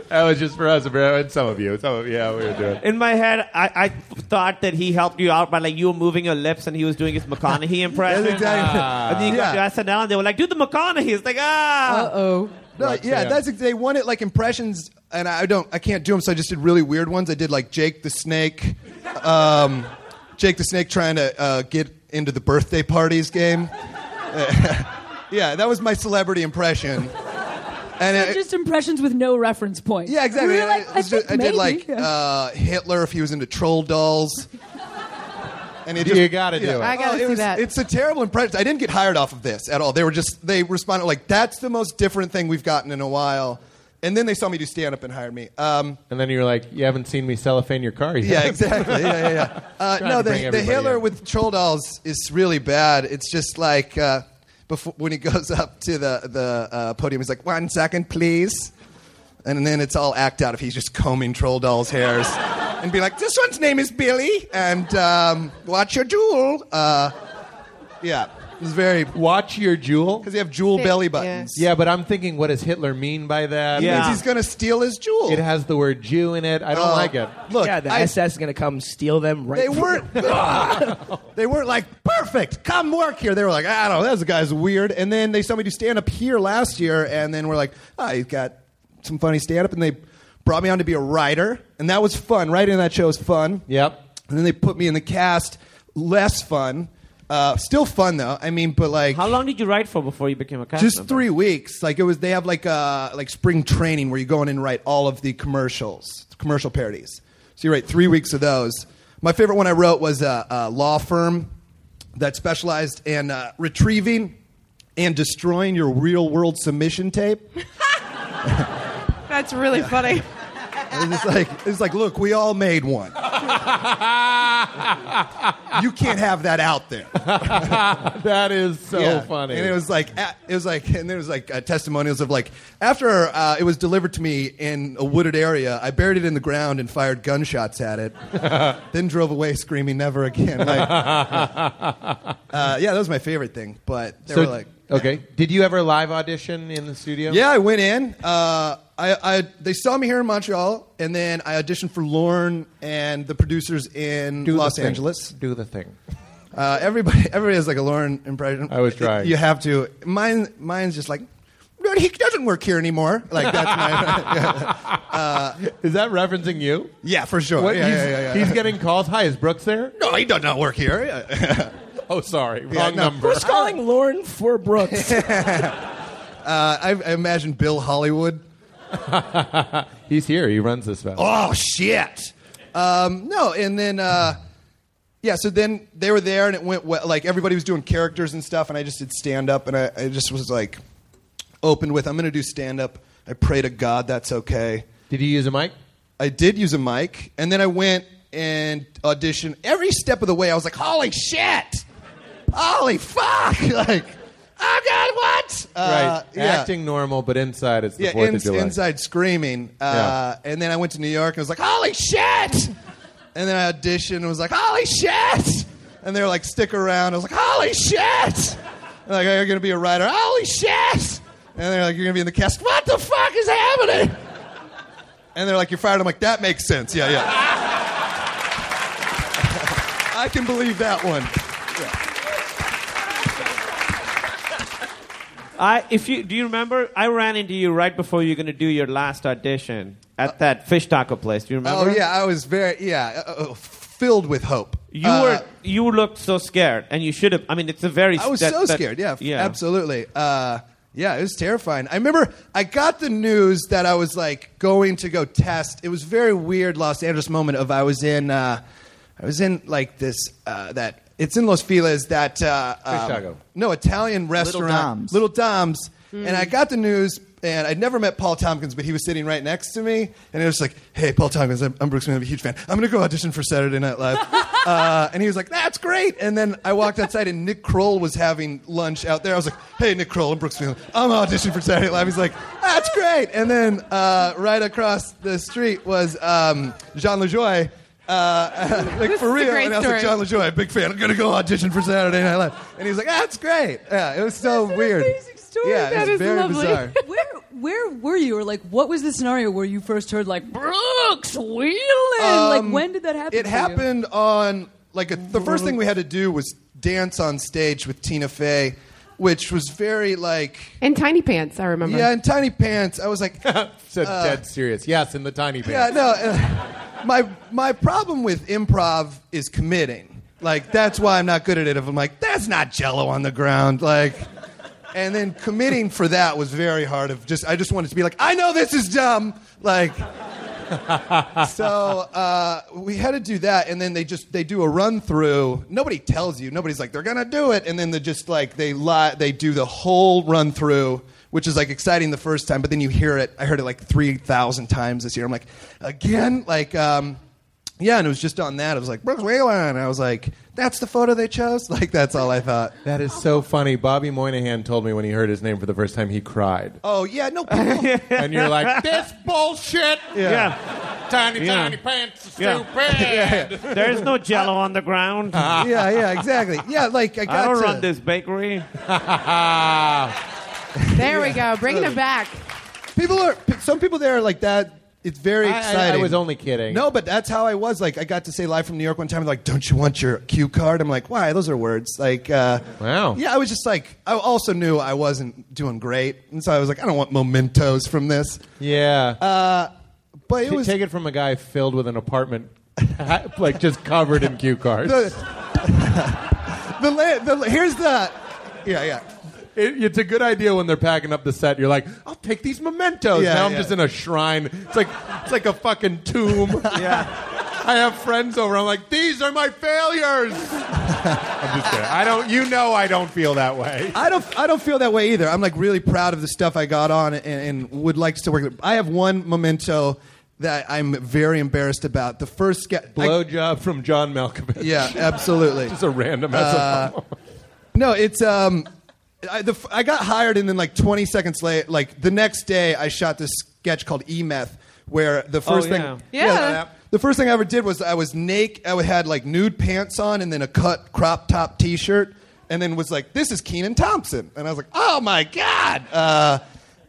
S5: That was just for us, bro, and some of you. Some of, yeah, we were doing.
S7: In my head, I, I thought that he helped you out by like you were moving your lips and he was doing his McConaughey impression. Ah.
S14: That's exactly-
S7: and then you got to SNL and they were like, do the McConaughey. It's like, ah.
S14: oh. No,
S7: Roxanne.
S14: yeah, that's they wanted like impressions, and I don't, I can't do them, so I just did really weird ones. I did like Jake the Snake, um, Jake the Snake trying to uh, get into the birthday parties game. yeah, that was my celebrity impression. And
S9: They're
S14: it-
S9: just impressions with no reference point.
S14: yeah, exactly.
S9: We were like,
S14: I,
S9: I,
S14: was just-
S9: think
S14: I did
S9: maybe.
S14: like
S9: Yeah.
S14: uh, Hitler if he was into troll dolls. And it
S5: You gotta do it. I gotta
S14: Oh, it
S5: see
S14: was-
S5: that.
S14: It's a terrible impression. I didn't get hired off of this at all. They were just they responded like, "That's the most different thing we've gotten in a while." And then they saw me do stand up and hired me. Um,
S5: And then you're like, you haven't seen me cellophane your car yet.
S14: yeah, exactly. Yeah, yeah, yeah. Uh,
S5: Trying
S14: no,
S5: to
S14: the,
S5: bring
S14: the
S5: everybody
S14: Hitler
S5: up.
S14: with troll dolls is really bad. It's just like uh, before when he goes up to the the uh, podium, he's like, "One second, please," and then it's all act out if he's just combing troll dolls' hairs and be like, "This one's name is Billy, and um, watch your jewel." Uh, yeah, it's very
S5: watch your jewel because
S14: they have jewel belly buttons.
S5: Yeah, but I'm thinking, what does Hitler mean by that?
S14: It means he's going to steal his jewel.
S5: It has the word Jew in it. I don't
S14: Oh,
S5: like it.
S14: Look,
S12: Uh, yeah, the
S14: I-
S12: SS is going to come steal them right
S14: They
S12: from-
S14: weren't. they weren't like perfect. Come work here. They were like, I don't know. This guy's weird. And then they saw me do stand up here last year, and then we're like, ah, oh, he's got some funny stand up, and they brought me on to be a writer, and that was fun. Writing that show was fun.
S5: Yep.
S14: And then they put me in the cast. Less fun. Uh, still fun though. I mean, but like,
S7: How long did you write for before you became a cast
S14: just
S7: member?
S14: three weeks. Like it was. They have like uh like spring training where you go in and write all of the commercials, commercial parodies. So you write three weeks of those. My favorite one I wrote was a, a law firm that specialized in uh, retrieving and destroying your real world submission tape.
S6: That's really funny.
S14: And it's like it's like, look, we all made one. you can't have that out there.
S5: that is so
S14: Yeah.
S5: funny.
S14: And it was like a- it was like and there was like uh, testimonials of like after uh, it was delivered to me in a wooded area, I buried it in the ground and fired gunshots at it. then drove away screaming never again. Like, uh, yeah, that was my favorite thing. But they
S5: So-
S14: were like,
S5: okay. Did you ever live audition in the studio?
S14: yeah, I went in. Uh, I, I they saw me here in Montreal, and then I auditioned for Lorne and the producers in
S5: Do the
S14: Los
S5: thing.
S14: Angeles.
S5: Do the thing.
S14: Uh, everybody, everybody has like a Lauren impression.
S5: I was trying.
S14: You have to. Mine, mine's just like, "No, he doesn't work here anymore. Like that's my.
S5: Is that referencing you?
S14: Yeah, for sure.
S5: What?
S14: Yeah,
S5: he's,
S14: yeah, yeah, yeah.
S5: he's getting calls. Hi, is Brooks there?
S14: No, he does not work here.
S5: oh, sorry, wrong
S14: Yeah, no.
S5: number.
S12: Who's calling Lauren for Brooks?
S14: uh, I, I imagine Bill Hollywood.
S5: he's here. He runs this festival.
S14: Oh shit! Um, no, and then uh, yeah, so then they were there, and it went well. Like everybody was doing characters and stuff, and I just did stand up, and I, I just was like, open with, "I'm going to do stand up. I pray to God that's okay."
S5: Did you use a mic?
S14: I did use a mic, and then I went and auditioned. Every step of the way, I was like, "Holy shit! Holy fuck!" like, "Oh God, what?" Uh,
S5: right.
S14: yeah.
S5: Acting normal, but inside it's the
S14: Yeah,
S5: Fourth
S14: in-
S5: of July.
S14: inside screaming. Uh, And then I went to New York and was like, holy shit! And then I auditioned and was like, holy shit! And they were like, stick around. I was like, holy shit! And like, you're going to be a writer. Holy shit! And they're like, you're going to be in the cast. What the fuck is happening? And they're like, you're fired. I'm like, that makes sense. Yeah, yeah. I can believe that one.
S7: I, if you do you remember, I ran into you right before you were going to do your last audition at that fish taco place. Do you remember?
S14: Oh, yeah. I was very, yeah, uh, uh, filled with hope.
S7: You
S14: Uh,
S7: were you looked so scared, and you should have. I mean, it's a very.
S14: I was
S7: that-
S14: so
S7: that-
S14: scared. Yeah, f- absolutely. Uh, Yeah, it was terrifying. I remember I got the news that I was like going to go test. It was very weird Los Angeles moment of I was in uh, I was in like this uh, that it's in Los Feliz that uh, um,
S5: Chicago.
S14: no Italian restaurant
S5: Dom's.
S14: Little Dom's.
S5: Mm.
S14: and I got the news. And I'd never met Paul Tompkins, but he was sitting right next to me. And it was like, hey, Paul Tompkins, I'm, I'm Brooks Smith. I'm a huge fan. I'm going to go audition for Saturday Night Live. uh, and he was like, that's great. And then I walked outside, and Nick Kroll was having lunch out there. I was like, hey, Nick Kroll, I'm Brooks Smith. I'm auditioning for Saturday Night Live. He's like, that's great. And then uh, right across the street was um, Jean LaJoy. Uh, like
S2: This
S14: for
S2: is a
S14: real,
S2: great
S14: and I was like,
S2: story.
S14: John LaJoy, big fan. I'm gonna go audition for Saturday Night Live, and he's like, "That's great." Yeah, it was so weird.
S9: story.
S14: Yeah,
S9: That
S14: it was
S9: is
S14: very
S9: lovely.
S14: bizarre.
S9: Where where were you, or like what was the scenario where you first heard like Brooks Wheelan? like
S14: Um,
S9: when did that happen?
S14: It
S9: for you?
S14: happened on like a, the first thing we had to do was dance on stage with Tina Fey, which was very like
S6: And tiny pants, I remember.
S14: yeah, in tiny pants. I was like,
S5: Said
S14: uh,
S5: dead serious. Yes, in the tiny
S14: yeah,
S5: pants.
S14: no. uh, my my problem with improv is committing. Like that's why I'm not good at it. If I'm like, that's not Jello on the ground, like. And then committing for that was very hard. Of just, I just wanted to be like, I know this is dumb. Like, so uh, we had to do that, and then they just they do a run through. Nobody tells you. Nobody's like they're gonna do it, and then they just like they lie. They do the whole run through, which is like exciting the first time, but then you hear it. I heard it like three thousand times this year. I'm like, again, like. Um, yeah, and it was just on that. It was like Brooks Whalen. I was like, "That's the photo they chose." Like that's all I thought.
S5: That is so funny. Bobby Moynihan told me when he heard his name for the first time, he cried.
S14: Oh yeah, no. and
S5: you're like,
S14: "This bullshit."
S5: Yeah.
S8: Tiny,
S5: Yeah.
S8: tiny pants are
S5: Yeah.
S8: stupid.
S7: There is no jello on the ground.
S14: yeah, yeah, exactly. Yeah, like I got
S7: don't
S14: to-
S7: run this bakery.
S6: There we go. Bringing it back.
S14: People are some people there are like that. It's very
S5: I- I- I
S14: exciting.
S5: was only kidding.
S14: No, but that's how I was. Like I got to say live from New York one time. Like, don't you want your cue card? I'm like, why? Those are words. Like, uh,
S5: Wow.
S14: Yeah, I was just like, I also knew I wasn't doing great, and so I was like, I don't want mementos from this.
S5: Yeah.
S14: Uh, but it
S5: T-
S14: was
S5: take it from a guy filled with an apartment, like just covered in cue cards.
S14: the, la- the here's the yeah yeah.
S5: It, it's a good idea when they're packing up the set. You're like, I'll take these mementos.
S8: Yeah,
S5: now I'm
S8: yeah.
S5: just in a shrine. It's like it's like a fucking tomb. yeah. I have friends over. I'm like, these are my failures. I'm just kidding. I don't. You know, I don't feel that way.
S14: I don't. I don't feel that way either. I'm like really proud of the stuff I got on and, and would like to work. I have one memento that I'm very embarrassed about. The first sketch.
S5: Blowjob from John Malkovich.
S14: Yeah, absolutely.
S5: just a random.
S14: Uh, no, it's um, I, the, f- I got hired, and then like 20 seconds later, like the next day, I shot this sketch called E Meth, where the
S2: Oh,
S14: first thing,
S2: yeah. Yeah.
S14: the first thing I ever did was I was naked, I had like nude pants on, and then a cut crop top T-shirt, and then was like, "This is Keenan Thompson," and I was like, "Oh my god." Uh,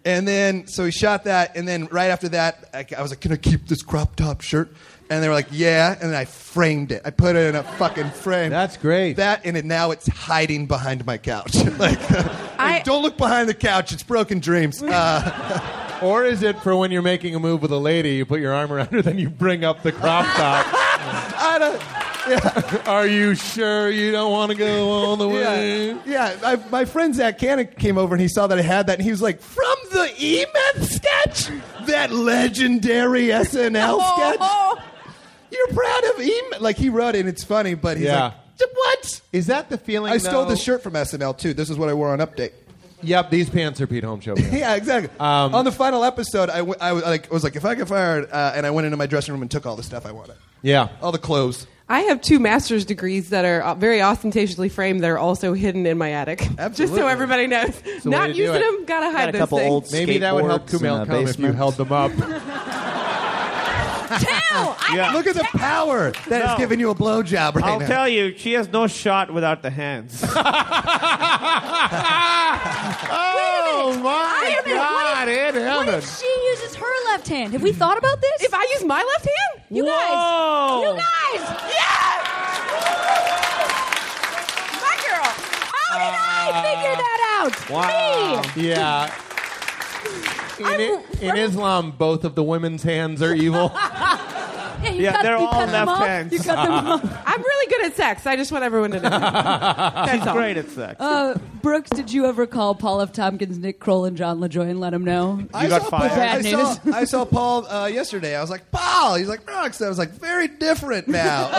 S14: and then, so he shot that, and then right after that, I, I was like, "Can I keep this crop top shirt?" And they were like, "Yeah," and then I framed it. I put it in a fucking frame. That's
S5: great.
S14: That, and it, now it's hiding behind my couch. like, like, don't look behind the couch; it's broken dreams. Uh,
S5: Or is it for when you're making a move with a lady, you put your arm around her, then you bring up the crop top?
S14: I don't.
S5: Are you sure you don't want to go all the way?
S14: yeah, yeah. I, my friend Zach Cannon came over and he saw that I had that, and he was like, "From the Emeth sketch, that legendary SNL sketch." You're proud of Emeth? Like he wrote it, and it's funny, but he's
S5: Yeah.
S14: like, "D- "What?"
S5: Is that the feeling?
S14: I stole
S5: though-
S14: this shirt from SNL too. This is what I wore on Update.
S5: Yep, these pants are Pete Home Show. pants.
S14: yeah, exactly.
S5: Um,
S14: on the final episode, I, w- I was like, I was like, if I get fired, uh, and I went into my dressing room and took all the stuff I wanted,
S5: yeah.
S14: all the clothes.
S6: I have two master's degrees that are uh, very ostentatiously framed that are also hidden in my attic. Just so
S5: Absolutely.
S6: everybody knows.
S5: It's the way
S6: Not
S5: to do
S6: using
S5: it.
S6: them, gotta hide those things.
S5: Maybe that would help
S3: skateboards in
S5: Kumail
S3: the
S5: Khan if you
S3: basement.
S5: held them up.
S14: Look at the power that is
S7: No.
S14: giving you a blowjob right
S7: I'll
S14: now.
S7: tell you, she has no shot without the hands.
S5: Oh
S2: my
S9: Wait a minute,
S2: God,
S9: what
S2: in
S9: if, what
S2: heaven.
S9: if she uses her left hand? Have we thought about this? If
S6: I use my left hand,
S9: you
S2: Whoa.
S9: guys, you guys,
S5: Ah.
S2: I figured that out.
S5: Wow.
S2: Me.
S5: Yeah. In, i- in Islam, both of the women's hands are evil.
S6: Yeah,
S7: you Yeah, cut- they're you all cut them off. left-hands. You cut them off.
S6: I'm really good at sex. I just want everyone to know.
S7: She's great at sex.
S9: Uh, Brooks, did you ever call Paul F. Tompkins, Nick Kroll, and John LaJoy and let them know?
S14: I saw, Paul,
S9: The bad
S14: I,
S9: news.
S14: saw, I saw Paul uh, yesterday. I was like, Paul. He's like, Brooks. I was like, very different now.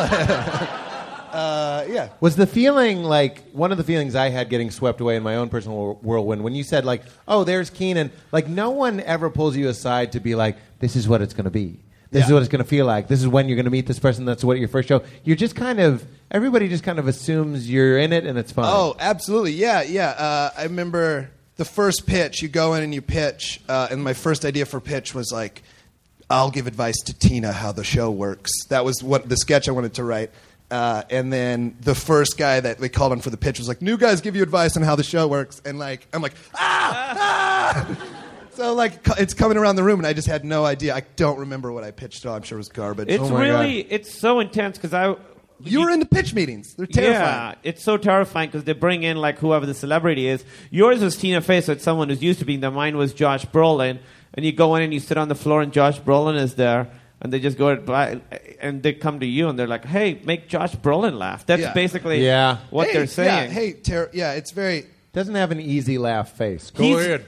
S14: uh, yeah.
S5: Was the feeling like one of the feelings I had getting swept away in my own personal whirlwind when you said like, "Oh, there's Keenan." Like no one ever pulls you aside to be like, "This is what it's going to be. This is
S14: Yeah.
S5: what it's going to feel like. This is when you're going to meet this person. That's what your first show." You're just kind of everybody just kind of assumes you're in it and it's fun.
S14: Oh, absolutely. Yeah, yeah. Uh, I remember the first pitch. You go in and you pitch, uh, and my first idea for pitch was like, "I'll give advice to Tina how the show works." That was what the sketch I wanted to write. Uh, and then the first guy that they called on for the pitch was like, "New guys give you advice on how the show works," and like, I'm like, ah, ah. So like, co- it's coming around the room, and I just had no idea. I don't remember what I pitched. at all. I'm sure it was garbage.
S7: It's really, it's so intense because I.
S14: Oh You were in the pitch meetings. They're terrifying.
S7: Yeah, it's so terrifying because they bring in like whoever the celebrity is. Yours was Tina Fey, so it's someone who's used to being there. Mine was Josh Brolin, and you go in and you sit on the floor, and Josh Brolin is there, and they just go by, and they come to you and they're like, "Hey, make Josh Brolin laugh." That's
S14: Yeah.
S7: basically what
S14: Hey,
S7: they're
S14: yeah,
S7: saying.
S14: hey, ter- yeah, it's very
S5: doesn't have an easy laugh face.
S7: He's-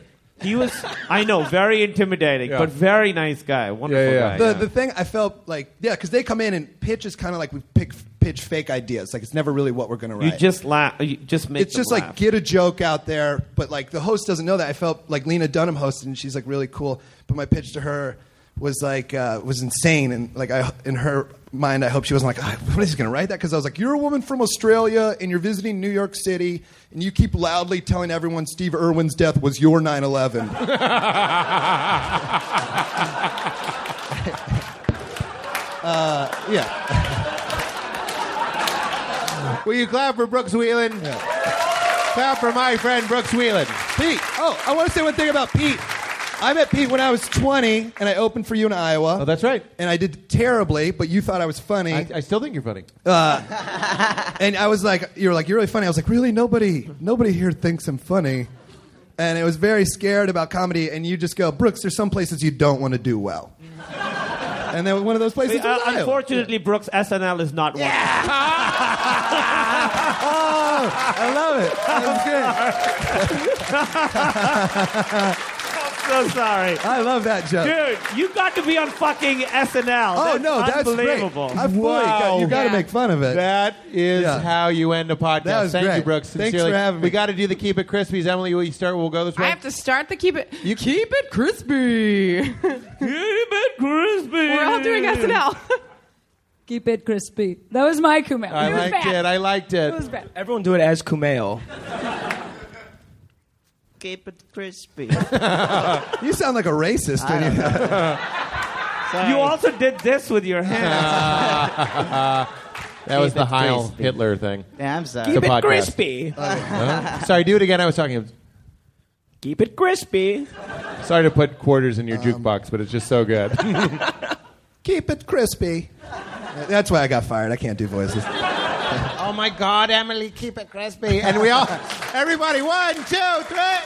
S7: He was, I know, very intimidating,
S14: Yeah.
S7: but very nice guy, wonderful guy.
S14: The,
S7: yeah.
S14: the thing I felt like, yeah, because they come in and pitch is kind of like we pick pitch fake ideas. Like it's never really what we're going to write.
S7: You just laugh. You just make.
S14: it's just
S7: them
S14: like
S7: laugh.
S14: get a joke out there, but like the host doesn't know that. I felt like Lena Dunham hosted, and she's like really cool. But my pitch to her was like uh, was insane, and like I in her mind, I hope she wasn't like, "Ah, what is he gonna write that? Because I was like, you're a woman from Australia, and you're visiting New York City, and you keep loudly telling everyone Steve Irwin's death was your 9/11.
S5: Uh, yeah. Will you clap for Brooks Wheelan? Clap for my friend Brooks Wheelan.
S14: Pete. Oh, I want to say one thing about Pete. I met Pete when I was 20, and I opened for you in Iowa. Oh,
S5: that's right.
S14: And I did terribly, but you thought I was funny. I,
S5: I still think you're funny.
S14: Uh, and I was like, you were like, you're really funny. I was like, really, nobody, nobody here thinks I'm funny. And I was very scared about comedy. And you just go, Brooks, there's some places you don't want to do well. and then one of those places.
S7: Uh,
S14: was Iowa.
S7: unfortunately, Brooks SNL is not one.
S14: oh, I love it.
S7: That was good. I'm so sorry.
S14: I love that joke.
S7: Dude, you got to be on fucking SNL.
S14: Oh, no, that's great.
S7: unbelievable.
S14: I fully got- you gotta Yeah. make fun of it.
S5: That is
S14: Yeah.
S5: how you end a podcast.
S14: That was
S5: Thank you,
S14: great.
S5: Brooks.
S14: Thanks
S5: Sincerely.
S14: for having me.
S5: We got to do the Keep It Crispies. Emily, will you start? We'll go this way.
S6: I have to start the keep it. You keep it crispy. keep
S7: it crispy.
S6: We're all doing SNL.
S9: Keep it crispy. That was my Kumail.
S5: I
S9: It was
S5: liked
S9: bad.
S5: it. I liked it.
S9: was bad.
S12: Everyone do it as Kumail.
S10: Keep it crispy.
S14: you sound like a racist.
S10: I
S14: When you...
S7: You also did this with your hands.
S5: that was
S7: Keep
S5: the
S7: it
S5: Heil
S7: crispy.
S5: Hitler thing.
S10: Yeah, I'm sorry.
S5: The podcast.
S10: Okay.
S5: Huh? Sorry, do it again. I was talking.
S12: Keep it crispy.
S5: Sorry to put quarters
S14: Um,
S5: in your jukebox, but it's just so good.
S14: Keep it crispy. That's why I got fired. I can't do voices.
S5: oh my God, Emily, keep it crispy. And we all, everybody, one, two, three.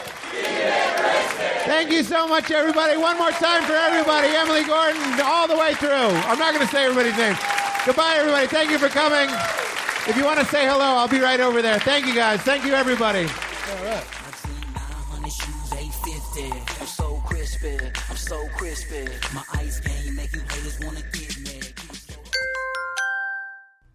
S5: Thank you so much, everybody. One more time for everybody. Emily Gordon, all the way through. I'm not going to say everybody's name. Goodbye, everybody. Thank you for coming. If you want to say hello, I'll be right over there. Thank you, guys. Thank you, everybody.
S13: on his shoes, 850. I'm so crispy, I'm so crispy. My ice game make you haters wanna get me.